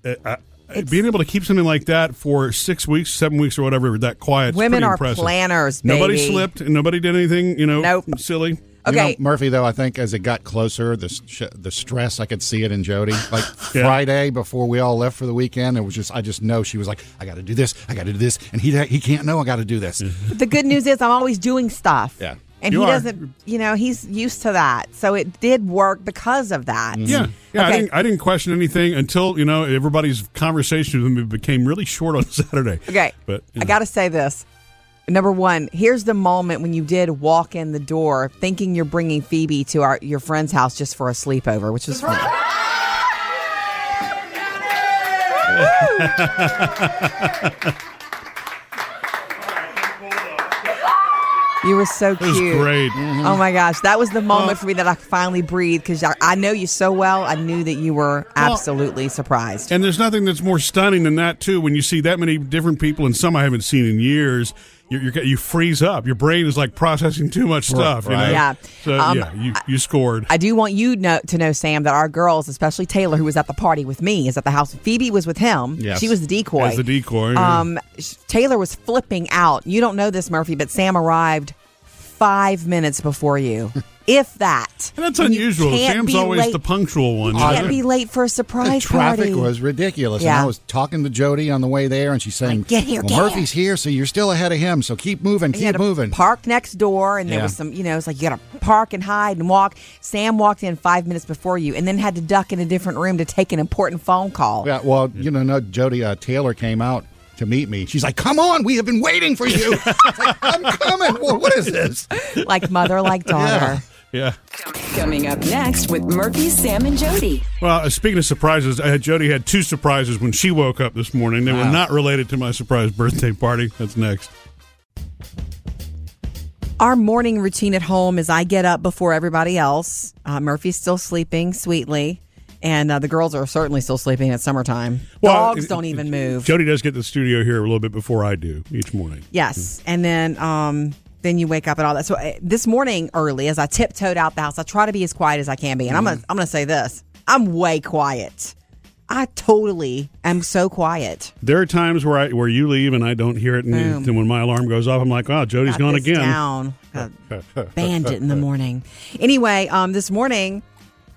Speaker 1: uh, uh, uh, being able to keep something like that for six weeks, seven weeks, or whatever that quiet. is
Speaker 2: Women
Speaker 1: pretty
Speaker 2: are
Speaker 1: impressive.
Speaker 2: planners,
Speaker 1: Nobody
Speaker 2: baby.
Speaker 1: slipped and nobody did anything. You know,
Speaker 2: Nope.
Speaker 1: silly.
Speaker 3: You know,
Speaker 2: Okay.
Speaker 3: Murphy, though, I think as it got closer, the sh- the stress I could see it in Jody. Like Friday before we all left for the weekend, it was just I just know she was like, I got to do this, I got to do this, and he he can't know I got to do this.
Speaker 2: the good news is I'm always doing stuff.
Speaker 3: Yeah.
Speaker 2: And
Speaker 1: You
Speaker 2: he
Speaker 1: are.
Speaker 2: doesn't, you know, he's used to that. So it did work because of that.
Speaker 1: Mm-hmm. Yeah, yeah. I,
Speaker 2: Okay.
Speaker 1: didn't, I didn't question anything until you know everybody's conversation with me became really short on Saturday.
Speaker 2: Okay.
Speaker 1: but you
Speaker 2: I
Speaker 1: know.
Speaker 2: got to say this. Number one, here's the moment when you did walk in the door thinking you're bringing Phoebe to our your friend's house just for a sleepover, which is fun. You were so
Speaker 1: It was
Speaker 2: cute.
Speaker 1: great.
Speaker 2: Oh my gosh, that was the moment for me that I finally breathed because I, I know you so well. I knew that you were absolutely surprised.
Speaker 1: And there's nothing that's more stunning than that too. When you see that many different people and some I haven't seen in years, you you you freeze up. Your brain is like processing too much stuff. You know?
Speaker 3: right.
Speaker 2: Yeah.
Speaker 1: So
Speaker 2: Um,
Speaker 1: yeah, you you scored.
Speaker 2: I do want you know, to know, Sam, that our girls, especially Taylor, who was at the party with me, is at the house. Phoebe was with him.
Speaker 3: Yes.
Speaker 2: She was the decoy.
Speaker 1: As the decoy, yeah.
Speaker 2: Um, sh- Taylor was flipping out. You don't know this, Murphy, but Sam arrived five minutes before you, if that.
Speaker 1: and that's
Speaker 2: And you
Speaker 1: unusual.
Speaker 2: can't
Speaker 1: Sam's
Speaker 2: be
Speaker 1: always
Speaker 2: late.
Speaker 1: the punctual one.
Speaker 2: Can't be late for a
Speaker 3: The
Speaker 2: surprise
Speaker 3: traffic
Speaker 2: party.
Speaker 3: was ridiculous, and
Speaker 2: Yeah.
Speaker 3: I was talking to Jody on the way there, and she's saying,
Speaker 2: Like, "Get here,
Speaker 3: well,
Speaker 2: get
Speaker 3: Murphy's here, so you're still ahead of him, so keep moving,
Speaker 2: You had
Speaker 3: keep
Speaker 2: to
Speaker 3: moving."
Speaker 2: Park next door, and there
Speaker 3: Yeah.
Speaker 2: was some, you know, it's like you got to park and hide and walk. Sam walked in five minutes before you, and then had to duck in a different room to take an important phone call.
Speaker 3: Yeah, well, you know, no, Jody uh, Taylor came out to meet me. She's like, "Come on, we have been waiting for you." It's like, I'm coming. Well, what is this?
Speaker 2: Like mother, like daughter.
Speaker 1: yeah.
Speaker 5: Coming up next with Murphy, Sam, and Jody.
Speaker 1: Well, uh, speaking of surprises, I had, Jody had two surprises when she woke up this morning. They were not related to my surprise birthday party. That's next.
Speaker 2: Our morning routine at home is I get up before everybody else. Uh, Murphy's still sleeping sweetly, and uh, the girls are certainly still sleeping. It's summertime. Dogs
Speaker 1: it-
Speaker 2: don't even move.
Speaker 1: Jody does get to the studio here a little bit before I do each morning.
Speaker 2: Yes, and then um, then you wake up and all that. So uh, this morning early, as I tiptoed out the house, I try to be as quiet as I can be, and I'm gonna I'm gonna say this: I'm way quiet. I totally am so quiet.
Speaker 1: There are times where I where you leave and I don't hear it, and
Speaker 2: Boom.
Speaker 1: then when my alarm goes off, I'm like, "Oh, Jody's
Speaker 2: Got
Speaker 1: gone
Speaker 2: this
Speaker 1: again."
Speaker 2: Down, a bandit in the morning. Anyway, um, this morning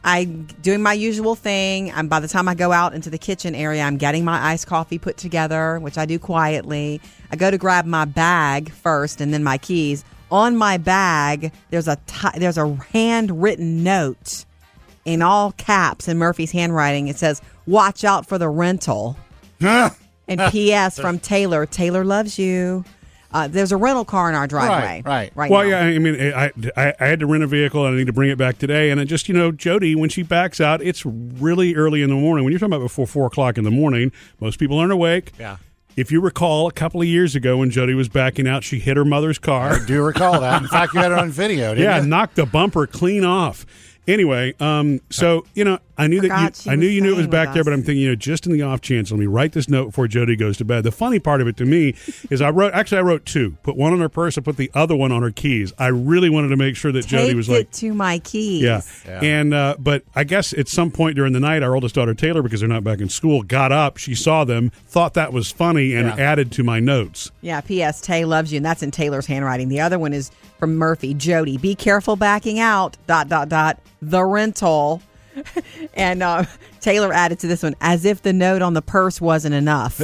Speaker 2: I doing my usual thing. And by the time I go out into the kitchen area, I'm getting my iced coffee put together, which I do quietly. I go to grab my bag first, and then my keys. On my bag, there's a ti there's a handwritten note in all caps in Murphy's handwriting. It says, Watch out for the rental. and P.S. from Taylor Taylor loves you. Uh, there's a rental car in our driveway.
Speaker 3: Right, right.
Speaker 2: right
Speaker 1: well,
Speaker 2: now.
Speaker 1: yeah, I mean, I, I I had to rent a vehicle and I need to bring it back today. And I just, you know, Jody, when she backs out, it's really early in the morning. When you're talking about before four o'clock in the morning, most people aren't awake.
Speaker 3: Yeah.
Speaker 1: If you recall, a couple of years ago when Jody was backing out, she hit her mother's car.
Speaker 3: I do recall that. In fact, you had it on video, didn't
Speaker 1: yeah,
Speaker 3: you?
Speaker 1: knocked the bumper clean off. Anyway, um, so you know, I knew
Speaker 2: Forgot
Speaker 1: that
Speaker 2: she
Speaker 1: you, I knew
Speaker 2: was
Speaker 1: you knew it was
Speaker 2: staying
Speaker 1: back
Speaker 2: with
Speaker 1: there, but
Speaker 2: us.
Speaker 1: I'm thinking, you know, just in the off chance, let me write this note before Jody goes to bed. The funny part of it to me is I wrote actually I wrote two, put one on her purse, I put the other one on her keys. I really wanted to make sure that Jody
Speaker 2: Take
Speaker 1: was
Speaker 2: it
Speaker 1: like,
Speaker 2: to my keys.
Speaker 1: yeah. And uh, but I guess at some point during the night, our oldest daughter Taylor, because they're not back in school, got up. She saw them, thought that was funny, and added to my notes.
Speaker 2: Yeah, P.S. Tay loves you, and that's in Taylor's handwriting. The other one is from Murphy. Jody, be careful backing out. Dot dot dot. The rental, and uh, Taylor added to this one as if the note on the purse wasn't enough.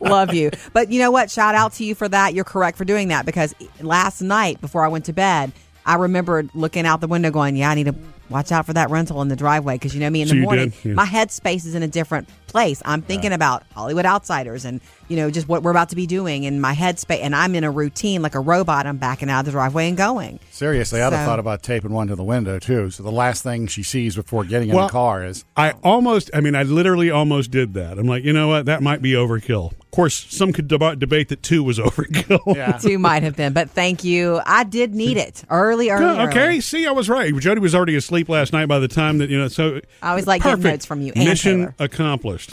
Speaker 2: Love you, but you know what? Shout out to you for that. You're correct for doing that because last night before I went to bed, I remembered looking out the window, going, "Yeah, I need to." Watch out for that rental in the driveway because you know me in
Speaker 1: So
Speaker 2: the
Speaker 1: you
Speaker 2: morning.
Speaker 1: did, yeah.
Speaker 2: My headspace is in a different place. I'm thinking about Hollywood outsiders and you know just what we're about to be doing in my headspace, and I'm in a routine like a robot. I'm backing out of the driveway and going.
Speaker 3: Seriously, I'd have
Speaker 2: So-
Speaker 3: thought about taping one to the window too. So the last thing she sees before getting in
Speaker 1: Well-
Speaker 3: the car is oh.
Speaker 1: I almost, I mean, I literally almost did that. I'm like, you know what? That might be overkill. Of course, some could deba- debate that two was overkill.
Speaker 3: yeah.
Speaker 2: Two might have been, but thank you. I did need it early, early.
Speaker 1: Yeah, okay.
Speaker 2: early.
Speaker 1: See, I was right. Jody was already asleep last night by the time that, you know, so.
Speaker 2: I always like getting
Speaker 1: Perfect.
Speaker 2: notes from you and
Speaker 1: Mission
Speaker 2: Taylor.
Speaker 1: accomplished.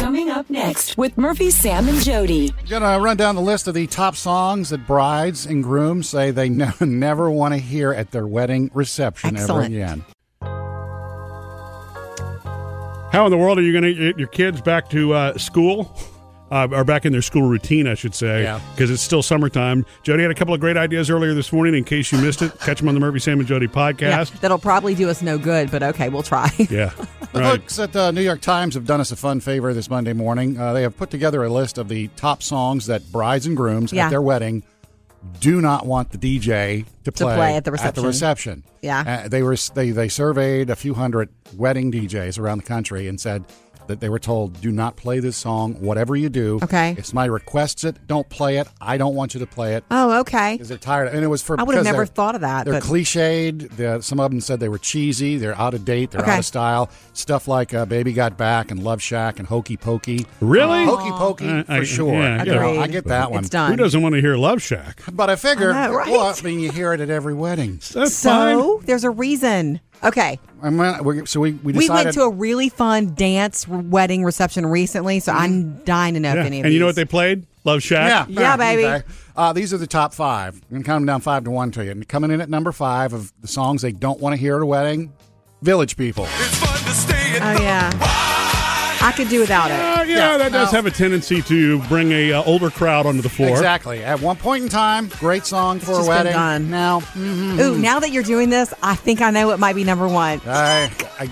Speaker 5: Coming up next with Murphy, Sam, and Jody.
Speaker 3: Gonna run down the list of the top songs that brides and grooms say they ne- never want to hear at their wedding reception
Speaker 2: Excellent.
Speaker 3: ever again.
Speaker 1: How in the world are you going to get your kids back to uh, school? Uh, or back in their school routine, I should say,
Speaker 3: Yeah.
Speaker 1: because it's still summertime. Jody had a couple of great ideas earlier this morning. In case you missed it, catch them on the Murphy Sam and Jody
Speaker 2: Yeah,
Speaker 1: podcast.
Speaker 2: that'll probably do us no good, but okay, we'll try.
Speaker 1: Yeah,
Speaker 3: The
Speaker 1: right.
Speaker 3: folks at the New York Times have done us a fun favor this Monday morning. Uh, they have put together a list of the top songs that brides and grooms
Speaker 2: Yeah.
Speaker 3: at their wedding do not want the DJ to play,
Speaker 2: play at the reception.
Speaker 3: reception.
Speaker 2: Yeah.
Speaker 3: Uh, they were they they surveyed a few hundred wedding DJs around the country and said that they were told do not play this song whatever you do.
Speaker 2: Okay.
Speaker 3: It's my requests it, don't play it. I don't want you to play it.
Speaker 2: Oh, okay.
Speaker 3: Because they're tired. And it was for
Speaker 2: I would have
Speaker 3: because
Speaker 2: never
Speaker 3: they're-
Speaker 2: thought of that,
Speaker 3: They're
Speaker 2: but-
Speaker 3: cliched. The, some of them said they were cheesy. They're out of date. They're
Speaker 2: Okay.
Speaker 3: out of style. Stuff like uh, "Baby Got Back" and "Love Shack" and "Hokey Pokey."
Speaker 1: Really?
Speaker 3: "Hokey Pokey"
Speaker 1: Uh,
Speaker 3: for
Speaker 1: I-
Speaker 3: sure.
Speaker 1: yeah,
Speaker 3: You know,
Speaker 2: yeah.
Speaker 3: I get that one.
Speaker 2: It's done.
Speaker 1: Who doesn't want to hear Love Shack?
Speaker 3: But I figure,
Speaker 2: I know, right?
Speaker 3: well, I mean, you hear it at every wedding.
Speaker 1: That's fine.
Speaker 2: So there's a reason. Okay.
Speaker 3: I mean, we- so we we
Speaker 2: We
Speaker 3: decided.
Speaker 2: went to a really fun dance wedding reception recently, so I'm dying to know
Speaker 1: Mm-hmm. Yeah.
Speaker 2: if
Speaker 1: And
Speaker 2: any of
Speaker 1: you know
Speaker 2: these-
Speaker 1: what they played? Love Shack.
Speaker 3: yeah,
Speaker 2: Yeah, baby.
Speaker 3: Uh, these are the top five. I'm going to count them down five to one to you. And coming in at number five of the songs they don't want to hear at a wedding, "Village People."
Speaker 2: Oh yeah. I could do without it.
Speaker 1: Uh, yeah, that does
Speaker 3: no.
Speaker 1: have a tendency to bring a uh, older crowd onto the floor.
Speaker 3: Exactly. At one point in time, great song for
Speaker 2: just
Speaker 3: a
Speaker 2: been
Speaker 3: wedding.
Speaker 2: done.
Speaker 3: Now,
Speaker 2: Ooh, now that you're doing this, I think I know what might be number one.
Speaker 3: I, I,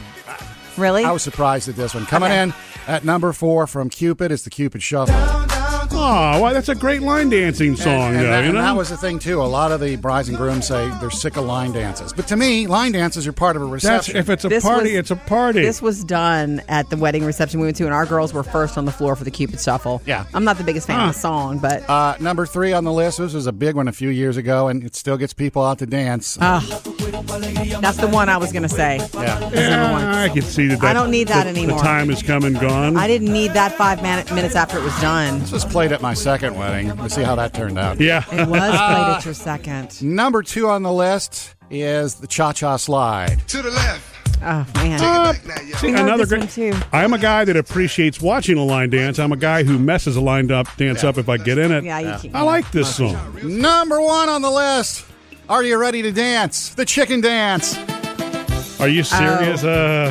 Speaker 2: Really?
Speaker 3: Uh, I was surprised at this one. Coming
Speaker 2: Okay.
Speaker 3: in at number four from Cupid is the Cupid Shuffle. And,
Speaker 1: Oh, wow, that's a great line dancing song,
Speaker 3: and
Speaker 1: though.
Speaker 3: that,
Speaker 1: you
Speaker 3: and
Speaker 1: know,
Speaker 3: that was the thing, too. A lot of the brides and grooms say they're sick of line dances. But to me, line dances are part of a
Speaker 1: that's
Speaker 3: reception.
Speaker 1: if it's a
Speaker 2: This
Speaker 1: party,
Speaker 2: was-
Speaker 1: it's a party.
Speaker 2: This was done at the wedding reception we went to, and our girls were first on the floor for the Cupid Shuffle.
Speaker 3: Yeah.
Speaker 2: I'm not the biggest fan
Speaker 1: Huh.
Speaker 2: of the song, but
Speaker 3: uh, number three on the list, this was a big one a few years ago, and it still gets people out to dance.
Speaker 2: that's the one I was going to say.
Speaker 3: yeah.
Speaker 2: That's number one.
Speaker 1: yeah, I can see that, that.
Speaker 2: I don't need that
Speaker 1: the-
Speaker 2: anymore.
Speaker 1: The time has come and gone.
Speaker 2: I didn't need that five man- minutes after it was done.
Speaker 3: This was played at my second wedding. Let's see how that turned out.
Speaker 2: It
Speaker 1: yeah.
Speaker 2: was played at your second.
Speaker 3: Number two on the list is the Cha Cha Slide.
Speaker 2: Oh, man.
Speaker 1: uh, See,
Speaker 2: heard this one, too.
Speaker 1: I'm a guy that appreciates watching a line dance. I'm a guy who messes a line up dance up if I get in it.
Speaker 2: Yeah, you can't-
Speaker 1: I like this song.
Speaker 3: Number one on the list. Are you ready to dance? The chicken dance.
Speaker 1: Are you serious?
Speaker 2: Oh.
Speaker 1: Uh,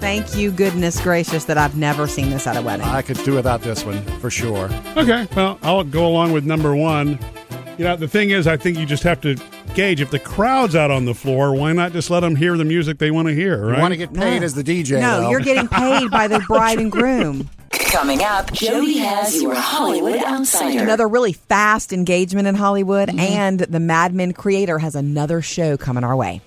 Speaker 2: Thank you, goodness gracious, that I've never seen this at a wedding.
Speaker 3: I could do without this one for sure.
Speaker 1: Okay, well, I'll go along with number one. You know, the thing is, I think you just have to gauge if the crowd's out on the floor. Why not just let them hear the music they want to hear? Right?
Speaker 3: You want to get paid
Speaker 2: No.
Speaker 3: as the DJ?
Speaker 2: No,
Speaker 3: though.
Speaker 2: you're getting paid by the bride and groom.
Speaker 5: Coming up, Jody has your Hollywood Outsider.
Speaker 2: Another really fast engagement in Hollywood, and the Mad Men creator has another show coming our way.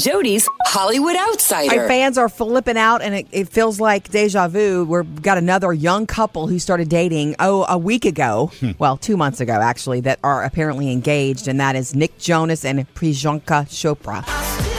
Speaker 5: Jody's Hollywood Outsider.
Speaker 2: Our fans are flipping out, and it, it feels like deja vu. We've got another young couple who started dating, oh, a week ago. Well, two months ago, actually, that are apparently engaged, and that is Nick Jonas and Priyanka Chopra.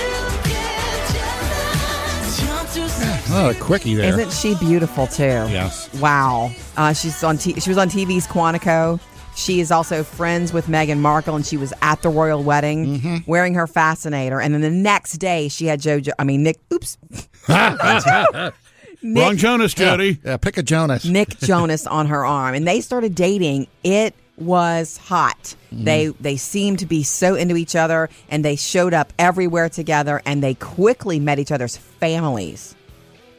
Speaker 3: Oh, a quickie there.
Speaker 2: Isn't she beautiful too?
Speaker 3: Yes.
Speaker 2: Wow. Uh, she's on. T- she was on TV's Quantico. She is also friends with Meghan Markle, and she was at the royal wedding
Speaker 1: Mm-hmm.
Speaker 2: wearing her fascinator. And then the next day, she had JoJo. I mean, Nick. Oops. Nick-
Speaker 1: Wrong Jonas,
Speaker 3: yeah,
Speaker 1: Jody.
Speaker 3: yeah, pick a Jonas.
Speaker 2: Nick Jonas on her arm, and they started dating. It was hot.
Speaker 1: Mm-hmm.
Speaker 2: They they seemed to be so into each other, and they showed up everywhere together, and they quickly met each other's families.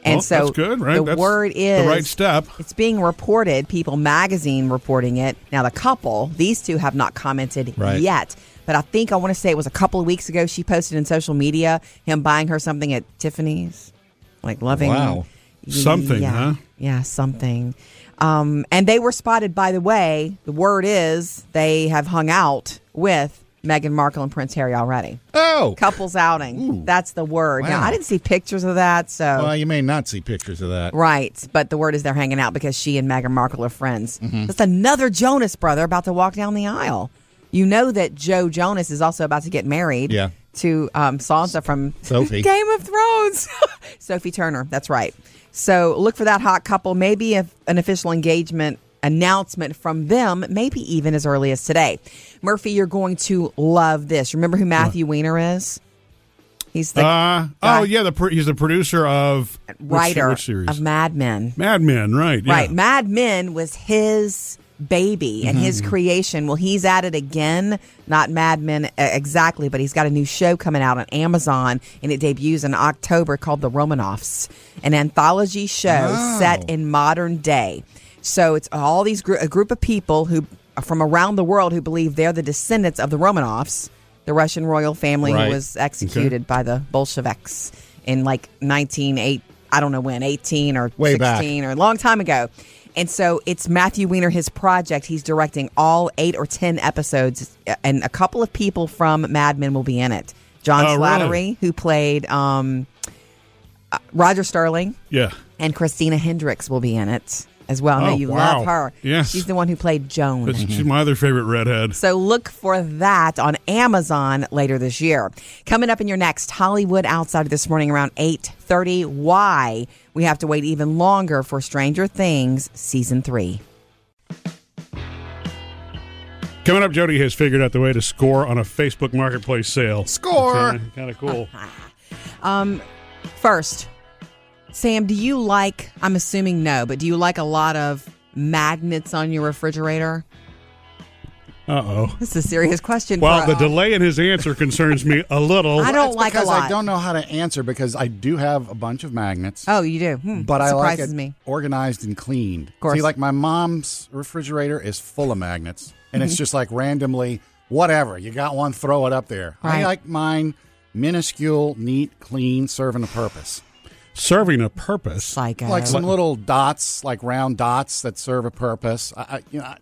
Speaker 2: And
Speaker 1: Well,
Speaker 2: so
Speaker 1: that's good, right?
Speaker 2: the
Speaker 1: That's
Speaker 2: word
Speaker 1: the
Speaker 2: is
Speaker 1: right step.
Speaker 2: It's being reported. People Magazine reporting it. Now the couple, these two have not commented
Speaker 3: Right.
Speaker 2: yet. But I think I want to say it was a couple of weeks ago. She posted in social media him buying her something at Tiffany's, like loving
Speaker 3: Wow.
Speaker 1: Something, huh?
Speaker 2: yeah. Yeah, something. Um, and they were spotted, by the way, the word is they have hung out with Meghan Markle and Prince Harry already.
Speaker 3: Oh,
Speaker 2: Couples outing. That's the word. Now,
Speaker 3: Wow.
Speaker 2: I didn't see pictures of that, so.
Speaker 3: well, you may not see pictures of that.
Speaker 2: Right, but the word is they're hanging out because she and Meghan Markle are friends.
Speaker 1: Mm-hmm.
Speaker 2: That's another Jonas brother about to walk down the aisle. You know that Joe Jonas is also about to get married
Speaker 3: Yeah.
Speaker 2: to um, Sansa from
Speaker 3: Sophie.
Speaker 2: Game of Thrones. Sophie Turner, that's right. So look for that hot couple, maybe if an official engagement announcement from them, maybe even as early as today. Murphy, you're going to love this. Remember who Matthew Weiner is? He's the
Speaker 1: Uh, oh, yeah. The pro- he's the producer of which-
Speaker 2: writer
Speaker 1: which series?
Speaker 2: of Mad Men.
Speaker 1: Mad Men, right? yeah.
Speaker 2: Right. Mad Men was his baby and his
Speaker 1: Mm-hmm.
Speaker 2: creation. Well, he's at it again. Not Mad Men uh, exactly, but he's got a new show coming out on Amazon and it debuts in October called The Romanoffs, an anthology show
Speaker 1: Oh.
Speaker 2: set in modern day. So it's all these gr- a group of people who from around the world who believe they're the descendants of the Romanovs, the Russian royal family
Speaker 3: Right.
Speaker 2: who was executed by the Bolsheviks in like 198 I don't know when, 18 or
Speaker 3: Way
Speaker 2: 16
Speaker 3: back.
Speaker 2: or a long time ago. And so it's Matthew Weiner, his project. He's directing all eight or 10 episodes, and a couple of people from Mad Men will be in it. John
Speaker 1: Oh, really?
Speaker 2: Slattery, who played um, uh, Roger Sterling,
Speaker 1: Yeah.
Speaker 2: and Christina Hendricks will be in it as well. I know
Speaker 1: Oh,
Speaker 2: you
Speaker 1: wow.
Speaker 2: love her.
Speaker 1: Yes.
Speaker 2: She's the one who played Joan.
Speaker 1: That's, She's my other favorite redhead.
Speaker 2: So look for that on Amazon later this year. Coming up in your next Hollywood Outsider this morning around 8:30, why we have to wait even longer for Stranger Things season 3.
Speaker 1: Coming up, Jody has figured out the way to score on a Facebook Marketplace sale.
Speaker 3: Score.
Speaker 1: Kind of cool.
Speaker 2: First, Sam, do you like I'm assuming no, but do you like a lot of magnets on your refrigerator?
Speaker 1: Uh oh.
Speaker 2: This is a serious question.
Speaker 1: Well,
Speaker 2: for
Speaker 1: the delay in his answer concerns me a little.
Speaker 2: I
Speaker 3: It's
Speaker 2: don't like a
Speaker 3: because
Speaker 2: lot.
Speaker 3: I don't know how to answer because I do have a bunch of magnets.
Speaker 2: Oh, you do. Hmm.
Speaker 3: but I like
Speaker 2: surprises
Speaker 3: it
Speaker 2: me.
Speaker 3: organized and cleaned.
Speaker 2: course.
Speaker 3: See, like my mom's refrigerator is full of magnets, and
Speaker 2: Mm-hmm.
Speaker 3: it's just like randomly whatever you got one, throw it up there.
Speaker 2: Right.
Speaker 3: I like mine minuscule, neat, clean, serving a purpose.
Speaker 1: Serving a purpose.
Speaker 2: Psycho.
Speaker 3: Like some little dots, like round dots that serve a purpose. I, I you know, I-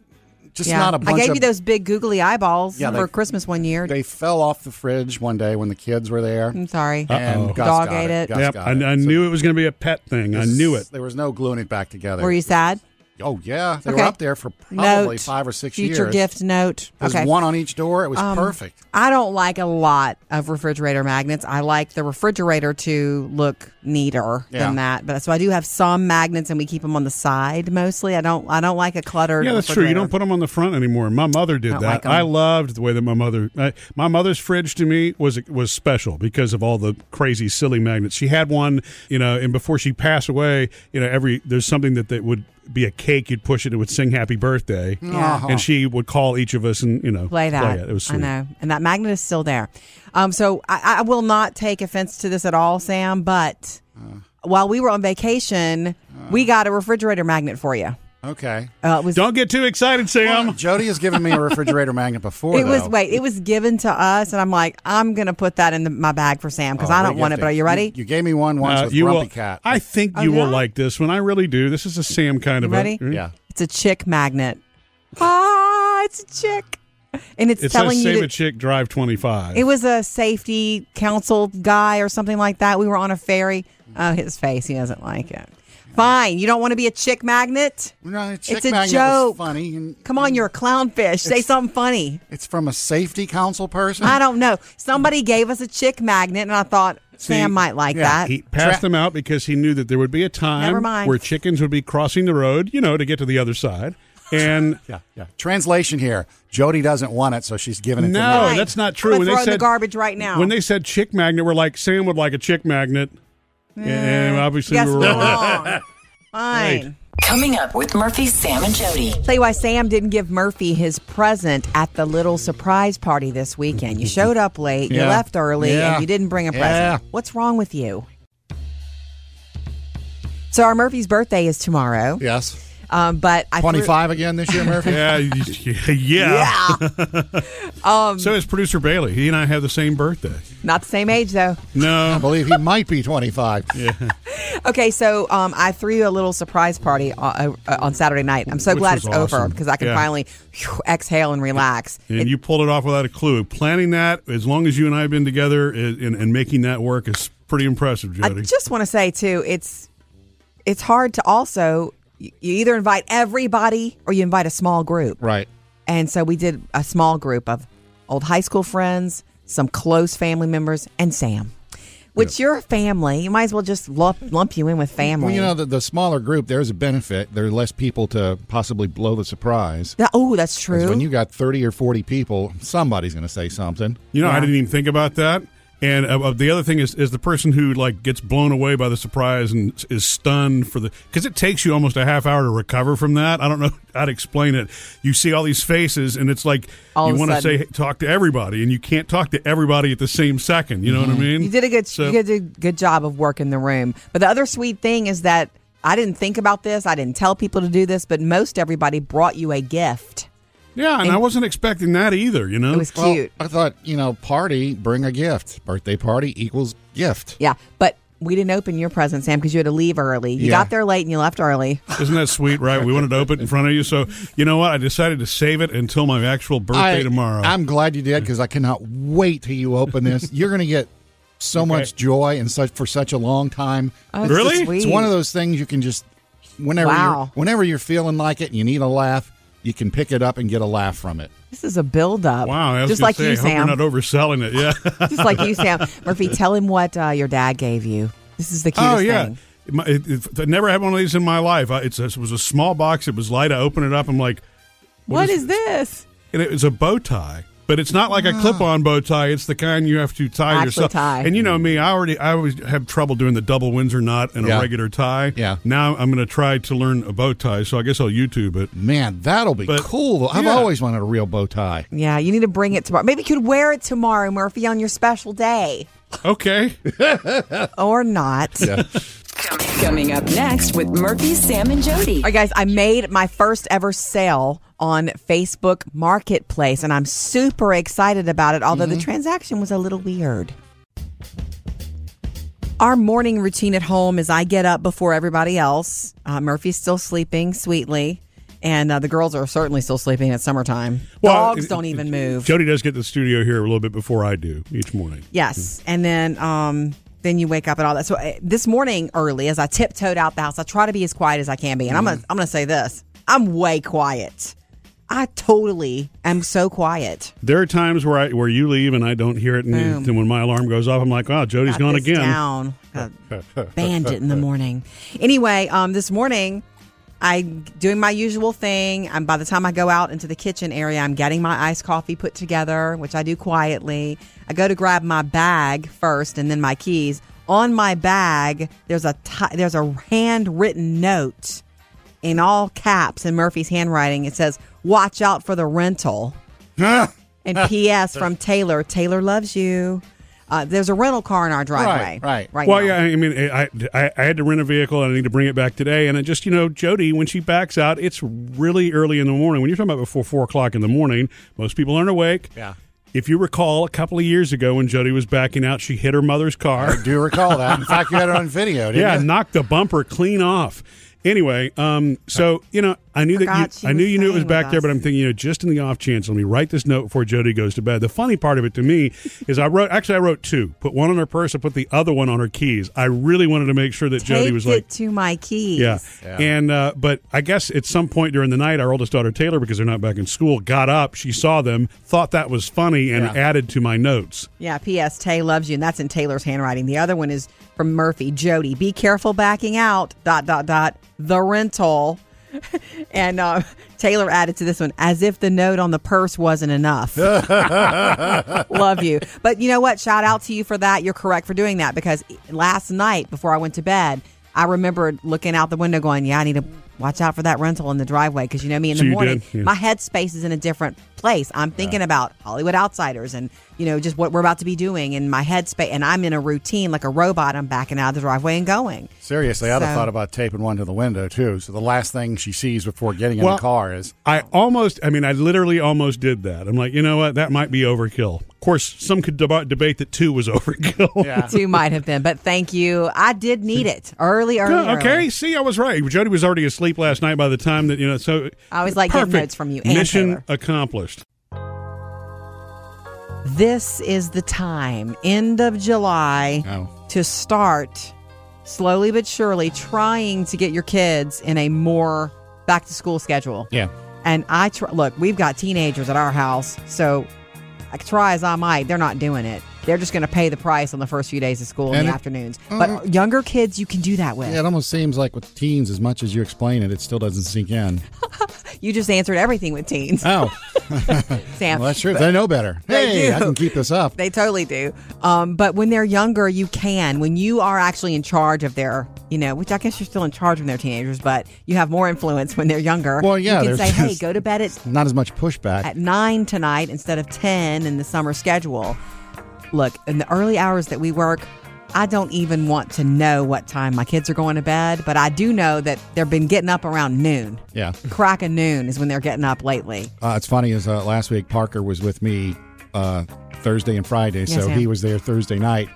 Speaker 3: just
Speaker 2: yeah.
Speaker 3: not a bunch.
Speaker 2: I gave
Speaker 3: of,
Speaker 2: you those big googly eyeballs
Speaker 3: Yeah,
Speaker 2: for
Speaker 3: they-
Speaker 2: Christmas one year.
Speaker 3: They fell off the fridge one day when the kids were there.
Speaker 2: I'm sorry.
Speaker 3: And Gus
Speaker 2: Dog
Speaker 3: got
Speaker 2: ate it.
Speaker 3: Gus
Speaker 1: Yep.
Speaker 3: got
Speaker 1: I,
Speaker 3: it.
Speaker 1: I
Speaker 3: So
Speaker 1: knew it was going to be a pet thing. I knew it.
Speaker 3: There was no gluing it back together.
Speaker 2: Were you sad?
Speaker 3: Oh yeah, they
Speaker 2: Okay.
Speaker 3: were up there for probably
Speaker 2: note,
Speaker 3: five or six
Speaker 2: future
Speaker 3: years.
Speaker 2: gift note.
Speaker 3: There's
Speaker 2: okay. Um,
Speaker 3: one on each door. It was perfect.
Speaker 2: I don't like a lot of refrigerator magnets. I like the refrigerator to look neater
Speaker 3: Yeah.
Speaker 2: than that. But so I do have some magnets, and we keep them on the side mostly. I don't. I don't like a cluttered.
Speaker 1: Yeah, that's true. You don't
Speaker 2: refrigerator.
Speaker 1: put them on the front anymore. My mother did
Speaker 2: Don't like
Speaker 1: that.
Speaker 2: 'em.
Speaker 1: I loved the way that my mother. I, my mother's fridge to me was was special because of all the crazy, silly magnets she had. One, you know, and before she passed away, you know, every there's something that that would be a cake. You'd push it. It would sing "Happy Birthday,"
Speaker 3: Uh-huh.
Speaker 2: Yeah.
Speaker 1: and she would call each of us and you know
Speaker 2: play that.
Speaker 1: Oh, it. It was sweet.
Speaker 2: I know, and that magnet is still there. Um, so I, I will not take offense to this at all, Sam. But
Speaker 1: Uh.
Speaker 2: while we were on vacation, we got a refrigerator magnet for you.
Speaker 3: Okay.
Speaker 2: Uh, it was
Speaker 1: Don't get too excited, Sam.
Speaker 3: Jody has given me a refrigerator magnet before.
Speaker 2: It was
Speaker 3: though.
Speaker 2: wait. It was given to us, and I'm like, I'm gonna put that in the, my bag for Sam
Speaker 1: Oh,
Speaker 2: because I don't want it. But are you ready?
Speaker 3: Oh, You gave me one once
Speaker 1: Uh,
Speaker 3: with
Speaker 1: you
Speaker 3: Grumpy
Speaker 1: will,
Speaker 3: Cat.
Speaker 1: I think
Speaker 2: Oh,
Speaker 1: you
Speaker 2: did
Speaker 1: will
Speaker 2: I?
Speaker 1: like this one. I really do. This is a Sam kind of
Speaker 2: ready?
Speaker 1: a.
Speaker 3: yeah.
Speaker 2: it's a chick magnet. Ah, it's a chick. and it's
Speaker 1: It
Speaker 2: telling
Speaker 1: says save
Speaker 2: you
Speaker 1: a
Speaker 2: to,
Speaker 1: chick, drive 25.
Speaker 2: it was a safety council guy or something like that. We were on a ferry. Oh, his face, he doesn't like it. Fine, you don't want to be a chick magnet.
Speaker 3: No,
Speaker 2: It's a joke.
Speaker 3: funny. And
Speaker 2: Come on, you're a clownfish. Say
Speaker 3: It's-
Speaker 2: something funny.
Speaker 3: It's from a safety council person.
Speaker 2: I don't know. Somebody gave us a chick magnet, and I thought Sam might like
Speaker 3: yeah,
Speaker 2: that.
Speaker 1: He passed them out because he knew that there would be a
Speaker 2: Never
Speaker 1: time
Speaker 2: mind.
Speaker 1: where chickens would be crossing the road, you know, to get to the other side. And
Speaker 3: Yeah, yeah. Translation here. Jody doesn't want it, so she's giving it
Speaker 1: no,
Speaker 3: to me.
Speaker 2: Right.
Speaker 1: that's
Speaker 2: I'm
Speaker 1: not true.
Speaker 2: gonna
Speaker 1: When they
Speaker 2: throw it in the
Speaker 1: said-
Speaker 2: garbage right now.
Speaker 1: When they said chick magnet, we're like Sam would like a chick magnet, and obviously
Speaker 2: Eh. Yes,
Speaker 1: we were
Speaker 2: we're
Speaker 1: wrong.
Speaker 2: wrong. Fine.
Speaker 1: Right.
Speaker 5: Coming up with Murphy, Sam, and Jody.
Speaker 2: Tell you why Sam didn't give Murphy his present at the little surprise party this weekend. You showed up late, you
Speaker 3: Yeah.
Speaker 2: left early,
Speaker 3: Yeah.
Speaker 2: and you didn't bring a present.
Speaker 3: Yeah.
Speaker 2: What's wrong with you? So our Murphy's birthday is tomorrow,
Speaker 3: Yes.
Speaker 2: um, but I threw-
Speaker 3: Twenty-five again this year, Murphy.
Speaker 1: Yeah, yeah. yeah.
Speaker 2: Yeah,
Speaker 1: So is producer Bailey. He and I have the same birthday.
Speaker 2: not the same age though.
Speaker 3: I
Speaker 1: No,
Speaker 3: believe he might be twenty-five.
Speaker 2: Okay, so um, I threw you a little surprise party on, uh, on Saturday night. I'm so
Speaker 1: Which
Speaker 2: glad
Speaker 1: was
Speaker 2: it's over
Speaker 1: awesome.
Speaker 2: because I can
Speaker 1: Yeah.
Speaker 2: finally phew, exhale and relax.
Speaker 1: and you pulled it off without a clue. Planning that, as long as you and I have been together, and, and, and making that work is pretty impressive,
Speaker 2: I
Speaker 1: Jody.
Speaker 2: just want to say too, it's it's hard to also you either invite everybody or you invite a small group.
Speaker 3: Right.
Speaker 2: And so we did a small group of old high school friends, some close family members, and Sam. Which your family, you might as well just lump, lump you in with family.
Speaker 3: Well, you know, the, the smaller group, there's a benefit. There are less people to possibly blow the surprise.
Speaker 2: That- oh, that's
Speaker 3: 'Cause
Speaker 2: true.
Speaker 3: When you got 30 or 40 people, somebody's going to say something.
Speaker 1: You know, I didn't even think about that. And uh, uh, the other thing is, is the person who like gets blown away by the surprise and s- is stunned for the because it takes you almost a half hour to recover from that. I don't know how to explain it. You see all these faces, and it's like
Speaker 2: All
Speaker 1: you
Speaker 2: of a
Speaker 1: want to
Speaker 2: sudden.
Speaker 1: say talk to everybody, and you can't talk to everybody at the same second. You know what I mean?
Speaker 2: Mm-hmm. You did a good
Speaker 1: So-
Speaker 2: you did a good job of working the room. But the other sweet thing is that I didn't think about this. I didn't tell people to do this, but most everybody brought you a gift.
Speaker 1: yeah, and I wasn't expecting that either. You know,
Speaker 2: It was
Speaker 3: Oh, Well,
Speaker 2: cute.
Speaker 3: I thought, you know, party, bring a gift. Birthday party equals gift.
Speaker 2: Yeah, but we didn't open your present, Sam, because you had to leave early.
Speaker 3: Yeah.
Speaker 2: You got there late and you left early.
Speaker 1: Isn't that sweet, right? We wanted to open it in front of you. So, you know what? I decided to save it until my actual birthday
Speaker 3: I-
Speaker 1: tomorrow.
Speaker 3: I'm glad you did because I cannot wait till you open this. You're going to get so much joy and such for such a long time.
Speaker 2: that's
Speaker 1: Really?
Speaker 2: sweet.
Speaker 3: It's one of those things you can just whenever
Speaker 2: Wow.
Speaker 3: you're whenever you're feeling like it and you need a laugh, you can pick it up and get a laugh from it.
Speaker 2: This is a build-up.
Speaker 1: wow. I was
Speaker 2: just
Speaker 1: gonna
Speaker 2: like
Speaker 1: say,
Speaker 2: you,
Speaker 1: I hope you're
Speaker 2: Sam.
Speaker 1: not overselling it. Yeah.
Speaker 2: just like you, Sam. Murphy, tell him what uh, your dad gave you. This is the cutest
Speaker 1: Oh yeah.
Speaker 2: thing.
Speaker 1: My, it, it, I never had one of these in my life. I, it's, it was a small box. It was light. I open it up. I'm like,
Speaker 2: what is, this?
Speaker 1: and it was a bow tie, but it's not like a clip-on bow tie. It's the kind you have to tie
Speaker 2: Ah. Actually
Speaker 1: yourself.
Speaker 2: tie.
Speaker 1: And you know me, I already I always have trouble doing the double Windsor knot and
Speaker 3: Yeah.
Speaker 1: a regular tie.
Speaker 3: Yeah.
Speaker 1: Now I'm going to try to learn a bow tie. So I guess I'll YouTube it.
Speaker 3: Man, that'll be
Speaker 1: But-
Speaker 3: cool. though. I've
Speaker 1: yeah.
Speaker 3: always wanted a real bow tie.
Speaker 2: Yeah, you need to bring it tomorrow. Maybe you could wear it tomorrow, Murphy, on your special day.
Speaker 1: Okay.
Speaker 2: Or not.
Speaker 5: Coming up next with Murphy, Sam, and Jody.
Speaker 2: All right, guys, I made my first ever sale on Facebook Marketplace, and I'm super excited about it, although the transaction was a little weird. Our morning routine at home is I get up before everybody else. Uh, Murphy's still sleeping sweetly, and uh, the girls are certainly still sleeping. It's summertime. Dogs
Speaker 1: it-
Speaker 2: don't
Speaker 1: it-
Speaker 2: even move.
Speaker 1: Jody does get to the studio here a little bit before I do each morning.
Speaker 2: Yes, and then um, then you wake up and all that. So uh, this morning early, as I tiptoed out the house, I try to be as quiet as I can be, and I'm gonna I'm gonna say this: I'm way quiet. I totally am so quiet.
Speaker 1: There are times where I where you leave and I don't hear it, and
Speaker 2: Boom.
Speaker 1: then when my alarm goes off, I'm like, "Wow, Jody's
Speaker 2: Got
Speaker 1: gone
Speaker 2: this
Speaker 1: again."
Speaker 2: Down, a bandit in the morning. Anyway, um, this morning. I doing my usual thing. And by the time I go out into the kitchen area, I'm getting my iced coffee put together, which I do quietly. I go to grab my bag first and then my keys. On my bag, there's a ti there's a handwritten note in all caps in Murphy's handwriting. It says, "Watch out for the rental." and P.S. from Taylor. Taylor loves you. Uh, there's a rental car in our driveway.
Speaker 3: Right, right.
Speaker 2: right
Speaker 1: Well,
Speaker 2: now.
Speaker 1: yeah, I mean, I, I I had to rent a vehicle and I need to bring it back today. And I just, you know, Jody, when she backs out, it's really early in the morning. When you're talking about before four o'clock in the morning, most people aren't awake. Yeah. If you recall, a couple of years ago when Jody was backing out, she hit her mother's car.
Speaker 3: Do you recall that? In fact, you had it on video, didn't
Speaker 1: yeah,
Speaker 3: you?
Speaker 1: knocked the bumper clean off. Anyway, um, so you know, I knew
Speaker 2: Forgot
Speaker 1: that
Speaker 2: she
Speaker 1: you, I knew
Speaker 2: was
Speaker 1: you knew it was
Speaker 2: staying
Speaker 1: back
Speaker 2: with
Speaker 1: there, but
Speaker 2: us.
Speaker 1: I'm thinking, you know, just in the off chance, let me write this note before Jody goes to bed. The funny part of it to me is I wrote actually I wrote two. Put one on her purse, I put the other one on her keys. I really wanted to make sure that Jody
Speaker 2: Taped
Speaker 1: was like
Speaker 2: it to my keys.
Speaker 1: yeah. And uh, but I guess at some point during the night, our oldest daughter Taylor, because they're not back in school, got up. She saw them, thought that was funny, and added to my notes.
Speaker 2: Yeah, P.S. Tay loves you, and that's in Taylor's handwriting. The other one is from Murphy. Jody, be careful backing out. Dot dot dot. The rental. and uh, Taylor added to this one as if the note on the purse wasn't enough. Love you, but you know what? Shout out to you for that. You're correct for doing that because last night before I went to bed, I remembered looking out the window, going, "Yeah, I need to." Watch out for that rental in the driveway because you know me in
Speaker 1: So
Speaker 2: the
Speaker 1: you
Speaker 2: morning.
Speaker 1: did, yeah.
Speaker 2: My headspace is in a different place. I'm thinking about Hollywood outsiders and you know just what we're about to be doing in my headspace, and I'm in a routine like a robot. I'm backing out of the driveway and going.
Speaker 3: Seriously, I'd have
Speaker 2: So-
Speaker 3: thought about taping one to the window too. So the last thing she sees before getting in
Speaker 1: Well-
Speaker 3: the car is
Speaker 1: I almost, I mean, I literally almost did that. I'm like, you know what? That might be overkill. Of course, some could deba- debate that two was overkill.
Speaker 3: yeah.
Speaker 2: Two might have been, but thank you. I did need it early, early.
Speaker 1: Yeah, okay.
Speaker 2: early.
Speaker 1: See, I was right. Jody was already asleep last night by the time that, you know, so.
Speaker 2: I always like getting
Speaker 1: Perfect.
Speaker 2: notes from you and
Speaker 1: Mission
Speaker 2: Taylor.
Speaker 1: accomplished.
Speaker 2: This is the time, end of July,
Speaker 3: Oh.
Speaker 2: to start slowly but surely trying to get your kids in a more back to school schedule.
Speaker 3: Yeah.
Speaker 2: And I tr- look, we've got teenagers at our house, so I try as I might, they're not doing it. They're just going to pay the price on the first few days of school in
Speaker 3: And
Speaker 2: the
Speaker 3: it- Mm.
Speaker 2: afternoons. but younger kids, you can do that with.
Speaker 3: Yeah, it almost seems like with teens, as much as you explain it, it still doesn't sink in.
Speaker 2: You just answered everything with teens,
Speaker 3: Oh,
Speaker 2: Sam.
Speaker 3: well, that's true. They know better.
Speaker 2: They
Speaker 3: Hey, I
Speaker 2: do.
Speaker 3: can keep this up.
Speaker 2: They totally do. Um, but when they're younger, you can. When you are actually in charge of their, you know, which I guess you're still in charge when they're teenagers, but you have more influence when they're younger.
Speaker 3: Well, yeah,
Speaker 2: You can
Speaker 3: they're
Speaker 2: say, hey,
Speaker 3: just-
Speaker 2: go to bed at,
Speaker 3: Not as much pushback.
Speaker 2: at 9 tonight instead of 10 in the summer schedule. Look, in the early hours that we work, I don't even want to know what time my kids are going to bed, but I do know that they've been getting up around noon.
Speaker 3: yeah.
Speaker 2: Crack of noon is when they're getting up lately.
Speaker 3: Uh, it's funny is uh, last week Parker was with me uh, Thursday and Friday, so
Speaker 2: ma'am. Mm-hmm.
Speaker 3: he was there Thursday night,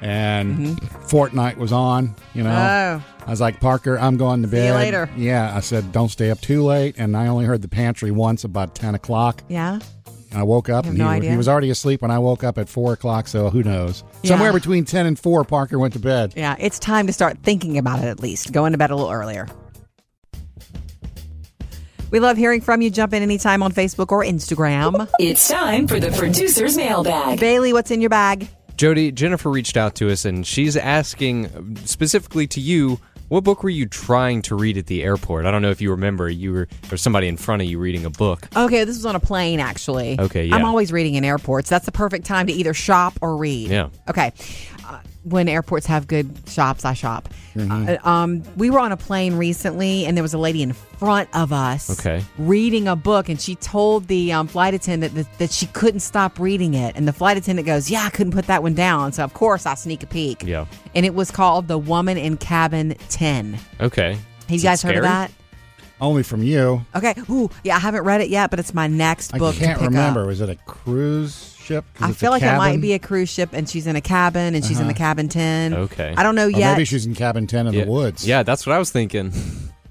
Speaker 3: and Fortnite was on. You know,
Speaker 2: Oh.
Speaker 3: I was like Parker, I'm going to
Speaker 2: you
Speaker 3: bed.
Speaker 2: later.
Speaker 3: Yeah, I said don't stay up too late, and I only heard the pantry once about ten o'clock.
Speaker 2: Yeah?
Speaker 3: And I woke up,
Speaker 2: You
Speaker 3: and
Speaker 2: have no
Speaker 3: he,
Speaker 2: idea?
Speaker 3: he was already asleep when I woke up at four o'clock. So who knows?
Speaker 2: Yeah.
Speaker 3: Somewhere between ten and four, Parker went to bed.
Speaker 2: Yeah, it's time to start thinking about it at least. Going to bed a little earlier. We love hearing from you. Jump in anytime on Facebook or Instagram.
Speaker 5: It's time for the producer's mailbag.
Speaker 2: Bailey, what's in your bag?
Speaker 4: Jody, Jennifer reached out to us and she's asking specifically to you, what book were you trying to read at the airport? I don't know if you remember, you were or somebody in front of you reading a book.
Speaker 2: Okay, this was on a plane actually.
Speaker 4: Okay, yeah.
Speaker 2: I'm always reading in airports. That's the perfect time to either shop or read.
Speaker 4: Yeah.
Speaker 2: Okay. Uh, when airports have good shops, I shop.
Speaker 4: Mm-hmm.
Speaker 2: Uh, um, we were on a plane recently, and there was a lady in front of us.
Speaker 4: Okay.
Speaker 2: Reading a book, and she told the um, flight attendant that, that she couldn't stop reading it, and the flight attendant goes, "Yeah, I couldn't put that one down." So of course I sneak a peek.
Speaker 4: Yeah.
Speaker 2: And it was called "The Woman in Cabin 10.
Speaker 4: Okay.
Speaker 2: Have you
Speaker 4: Is it
Speaker 2: guys heard of
Speaker 4: scary?
Speaker 2: that?
Speaker 3: Only from you.
Speaker 2: Okay. Ooh, yeah, I haven't read it yet, but it's my next
Speaker 3: I
Speaker 2: book. to
Speaker 3: can't
Speaker 2: pick
Speaker 3: remember.
Speaker 2: Up.
Speaker 3: Was it a cruise ship? 'Cause
Speaker 2: I
Speaker 3: it's a
Speaker 2: feel like it might
Speaker 3: cabin?
Speaker 2: be a cruise ship, and she's in a cabin, and she's in the cabin tin.
Speaker 4: Okay.
Speaker 2: I don't know
Speaker 3: Or
Speaker 2: yet.
Speaker 3: maybe she's in cabin ten in
Speaker 4: Yeah.
Speaker 3: the woods.
Speaker 4: Yeah, that's what I was thinking.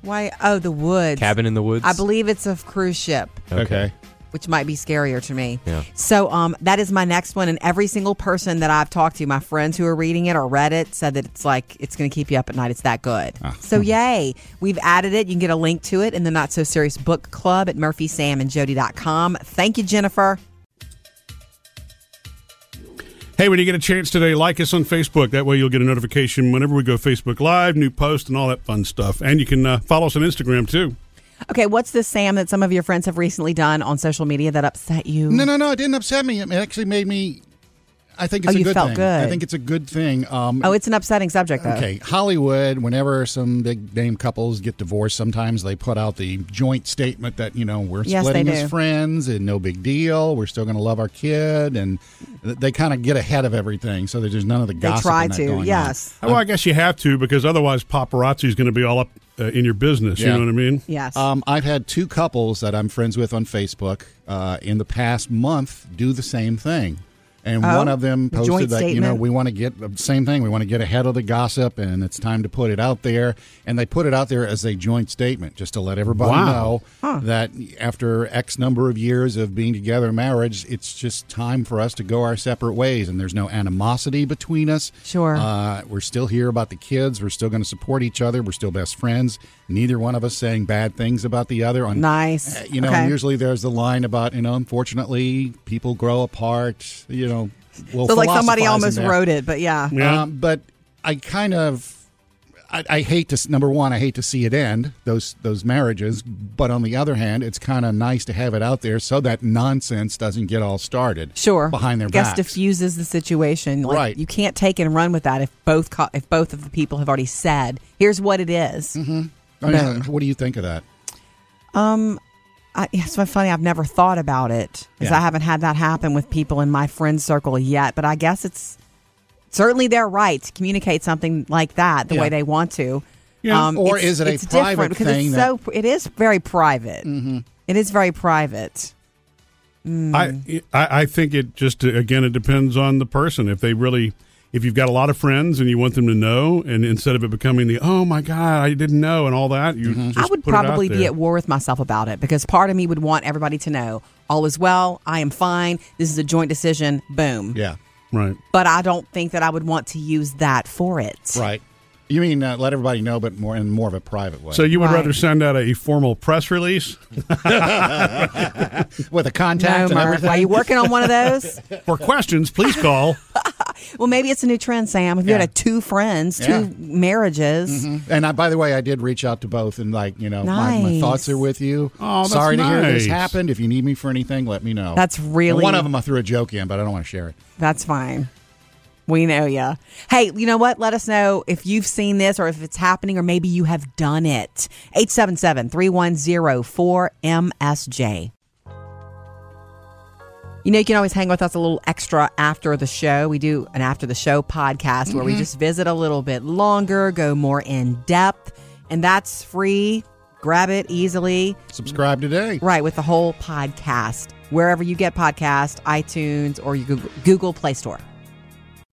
Speaker 2: Why? Oh, the woods.
Speaker 4: Cabin in the woods.
Speaker 2: I believe it's a cruise ship,
Speaker 3: Okay.
Speaker 2: which might be scarier to me.
Speaker 4: Yeah.
Speaker 2: So, um, that is my next one, and every single person that I've talked to, my friends who are reading it or read it, said that it's like it's going to keep you up at night. It's that good. So, yay! We've added it. You can get a link to it in the Not So Serious Book Club at murphysamandjody.com. Thank you, Jennifer.
Speaker 1: Hey, when you get a chance today, like us on Facebook. That way you'll get a notification whenever we go Facebook Live, new posts, and all that fun stuff. And you can uh, follow us on Instagram, too.
Speaker 2: Okay, what's this, Sam, that some of your friends have recently done on social media that upset you?
Speaker 3: No, no, no. It didn't upset me. It actually made me. I think it's
Speaker 2: Oh,
Speaker 3: a
Speaker 2: you
Speaker 3: good
Speaker 2: felt
Speaker 3: thing.
Speaker 2: good.
Speaker 3: I think it's a good thing. Um,
Speaker 2: Oh, it's an upsetting subject, though.
Speaker 3: okay. Hollywood, whenever some big name couples get divorced, sometimes they put out the joint statement that you know we're
Speaker 2: Yes,
Speaker 3: splitting
Speaker 2: they do.
Speaker 3: as friends and no big deal. We're still going to love our kid, and th- they kind of get ahead of everything, so there's just none of the
Speaker 2: They
Speaker 3: gossip.
Speaker 2: try
Speaker 3: and that going
Speaker 2: to,
Speaker 3: on.
Speaker 2: yes.
Speaker 1: Well, I guess you have to because otherwise paparazzi is going to be all up uh, in your business. You
Speaker 3: Yeah.
Speaker 1: know what I mean?
Speaker 2: Yes.
Speaker 3: Um, I've had two couples that I'm friends with on Facebook uh, in the past month do the same thing. And
Speaker 2: Oh,
Speaker 3: one of them
Speaker 2: the
Speaker 3: posted
Speaker 2: joint
Speaker 3: that, you know,
Speaker 2: statement.
Speaker 3: we want to get the same thing. We want to get ahead of the gossip and it's time to put it out there. And they put it out there as a joint statement just to let everybody
Speaker 1: Wow.
Speaker 3: know that after X number of years of being together in marriage, it's just time for us to go our separate ways. And there's no animosity between us.
Speaker 2: Sure.
Speaker 3: Uh, we're still here about the kids. We're still going to support each other. We're still best friends. Neither one of us saying bad things about the other. On,
Speaker 2: Nice.
Speaker 3: Uh, you know,
Speaker 2: Okay.
Speaker 3: and usually there's the line about, you know, unfortunately, people grow apart. You know, we'll
Speaker 2: So like
Speaker 3: philosophize
Speaker 2: somebody
Speaker 3: in
Speaker 2: almost
Speaker 3: there.
Speaker 2: wrote it, but yeah.
Speaker 1: Yeah.
Speaker 3: Um, but I kind of. I, I hate to s- number one. I hate to see it end those those marriages, but on the other hand, it's kind of nice to have it out there so that nonsense doesn't get all started.
Speaker 2: Sure.
Speaker 3: behind their
Speaker 2: I guess
Speaker 3: backs.
Speaker 2: diffuses the situation. Like,
Speaker 3: Right.
Speaker 2: You can't take and run with that if both co- if both of the people have already said, "Here's what it is."
Speaker 3: I mean, what do you think of that?
Speaker 2: I, it's so funny. I've never thought about it because
Speaker 3: Yeah.
Speaker 2: I haven't had that happen with people in my friend circle yet. But I guess it's certainly their right to communicate something like that the
Speaker 3: Yeah.
Speaker 2: way they want to.
Speaker 1: Yeah.
Speaker 2: Um,
Speaker 3: Or
Speaker 2: it's-
Speaker 3: is it a
Speaker 2: it's different
Speaker 3: private
Speaker 2: because
Speaker 3: thing
Speaker 2: It's
Speaker 3: that- Mm-hmm.
Speaker 2: so it is very private. It is very private. Mm.
Speaker 1: I, I I think it just uh, again it depends on the person. If they really, if you've got a lot of friends and you want them to know, and instead of it becoming the oh my god I didn't know and all that, you just
Speaker 2: Mm-hmm. I would
Speaker 1: put it out
Speaker 2: probably be
Speaker 1: there.
Speaker 2: at war with myself about it because part of me would want everybody to know all is well. I am fine. This is a joint decision. Boom.
Speaker 3: Yeah,
Speaker 1: right.
Speaker 2: But I don't think that I would want to use that for it.
Speaker 3: right. You mean uh, let everybody know, but more in more of a private way.
Speaker 1: So you would
Speaker 2: Right.
Speaker 1: rather send out a formal press release
Speaker 3: with a
Speaker 2: No,
Speaker 3: contact and
Speaker 2: Murph,
Speaker 3: everything.
Speaker 2: are you working on one of those?
Speaker 1: for questions? Please call.
Speaker 2: Well, maybe it's a new trend, Sam. If you
Speaker 3: Yeah.
Speaker 2: had a two friends, two
Speaker 3: Yeah. Mm-hmm.
Speaker 2: marriages,
Speaker 3: And I, by the way, I did reach out to both, and like you know, my, my
Speaker 2: Nice.
Speaker 3: thoughts are with you.
Speaker 1: Oh, that's
Speaker 3: sorry to hear
Speaker 1: nice.
Speaker 3: this happened. If you need me for anything, let me know.
Speaker 2: That's really-
Speaker 3: And one of them. I threw a joke in, but I don't want to share it.
Speaker 2: that's fine. We know ya. Hey, you know what? Let us know if you've seen this or if it's happening or maybe you have done it. 877 310 4MSJ. You know, you can always hang with us a little extra after the show. We do an after the show podcast where
Speaker 3: Mm-hmm.
Speaker 2: we just visit a little bit longer, go more in depth, and that's free. Grab it easily.
Speaker 3: Subscribe today.
Speaker 2: Right, with the whole podcast. Wherever you get podcast, iTunes or your Google, Google Play Store.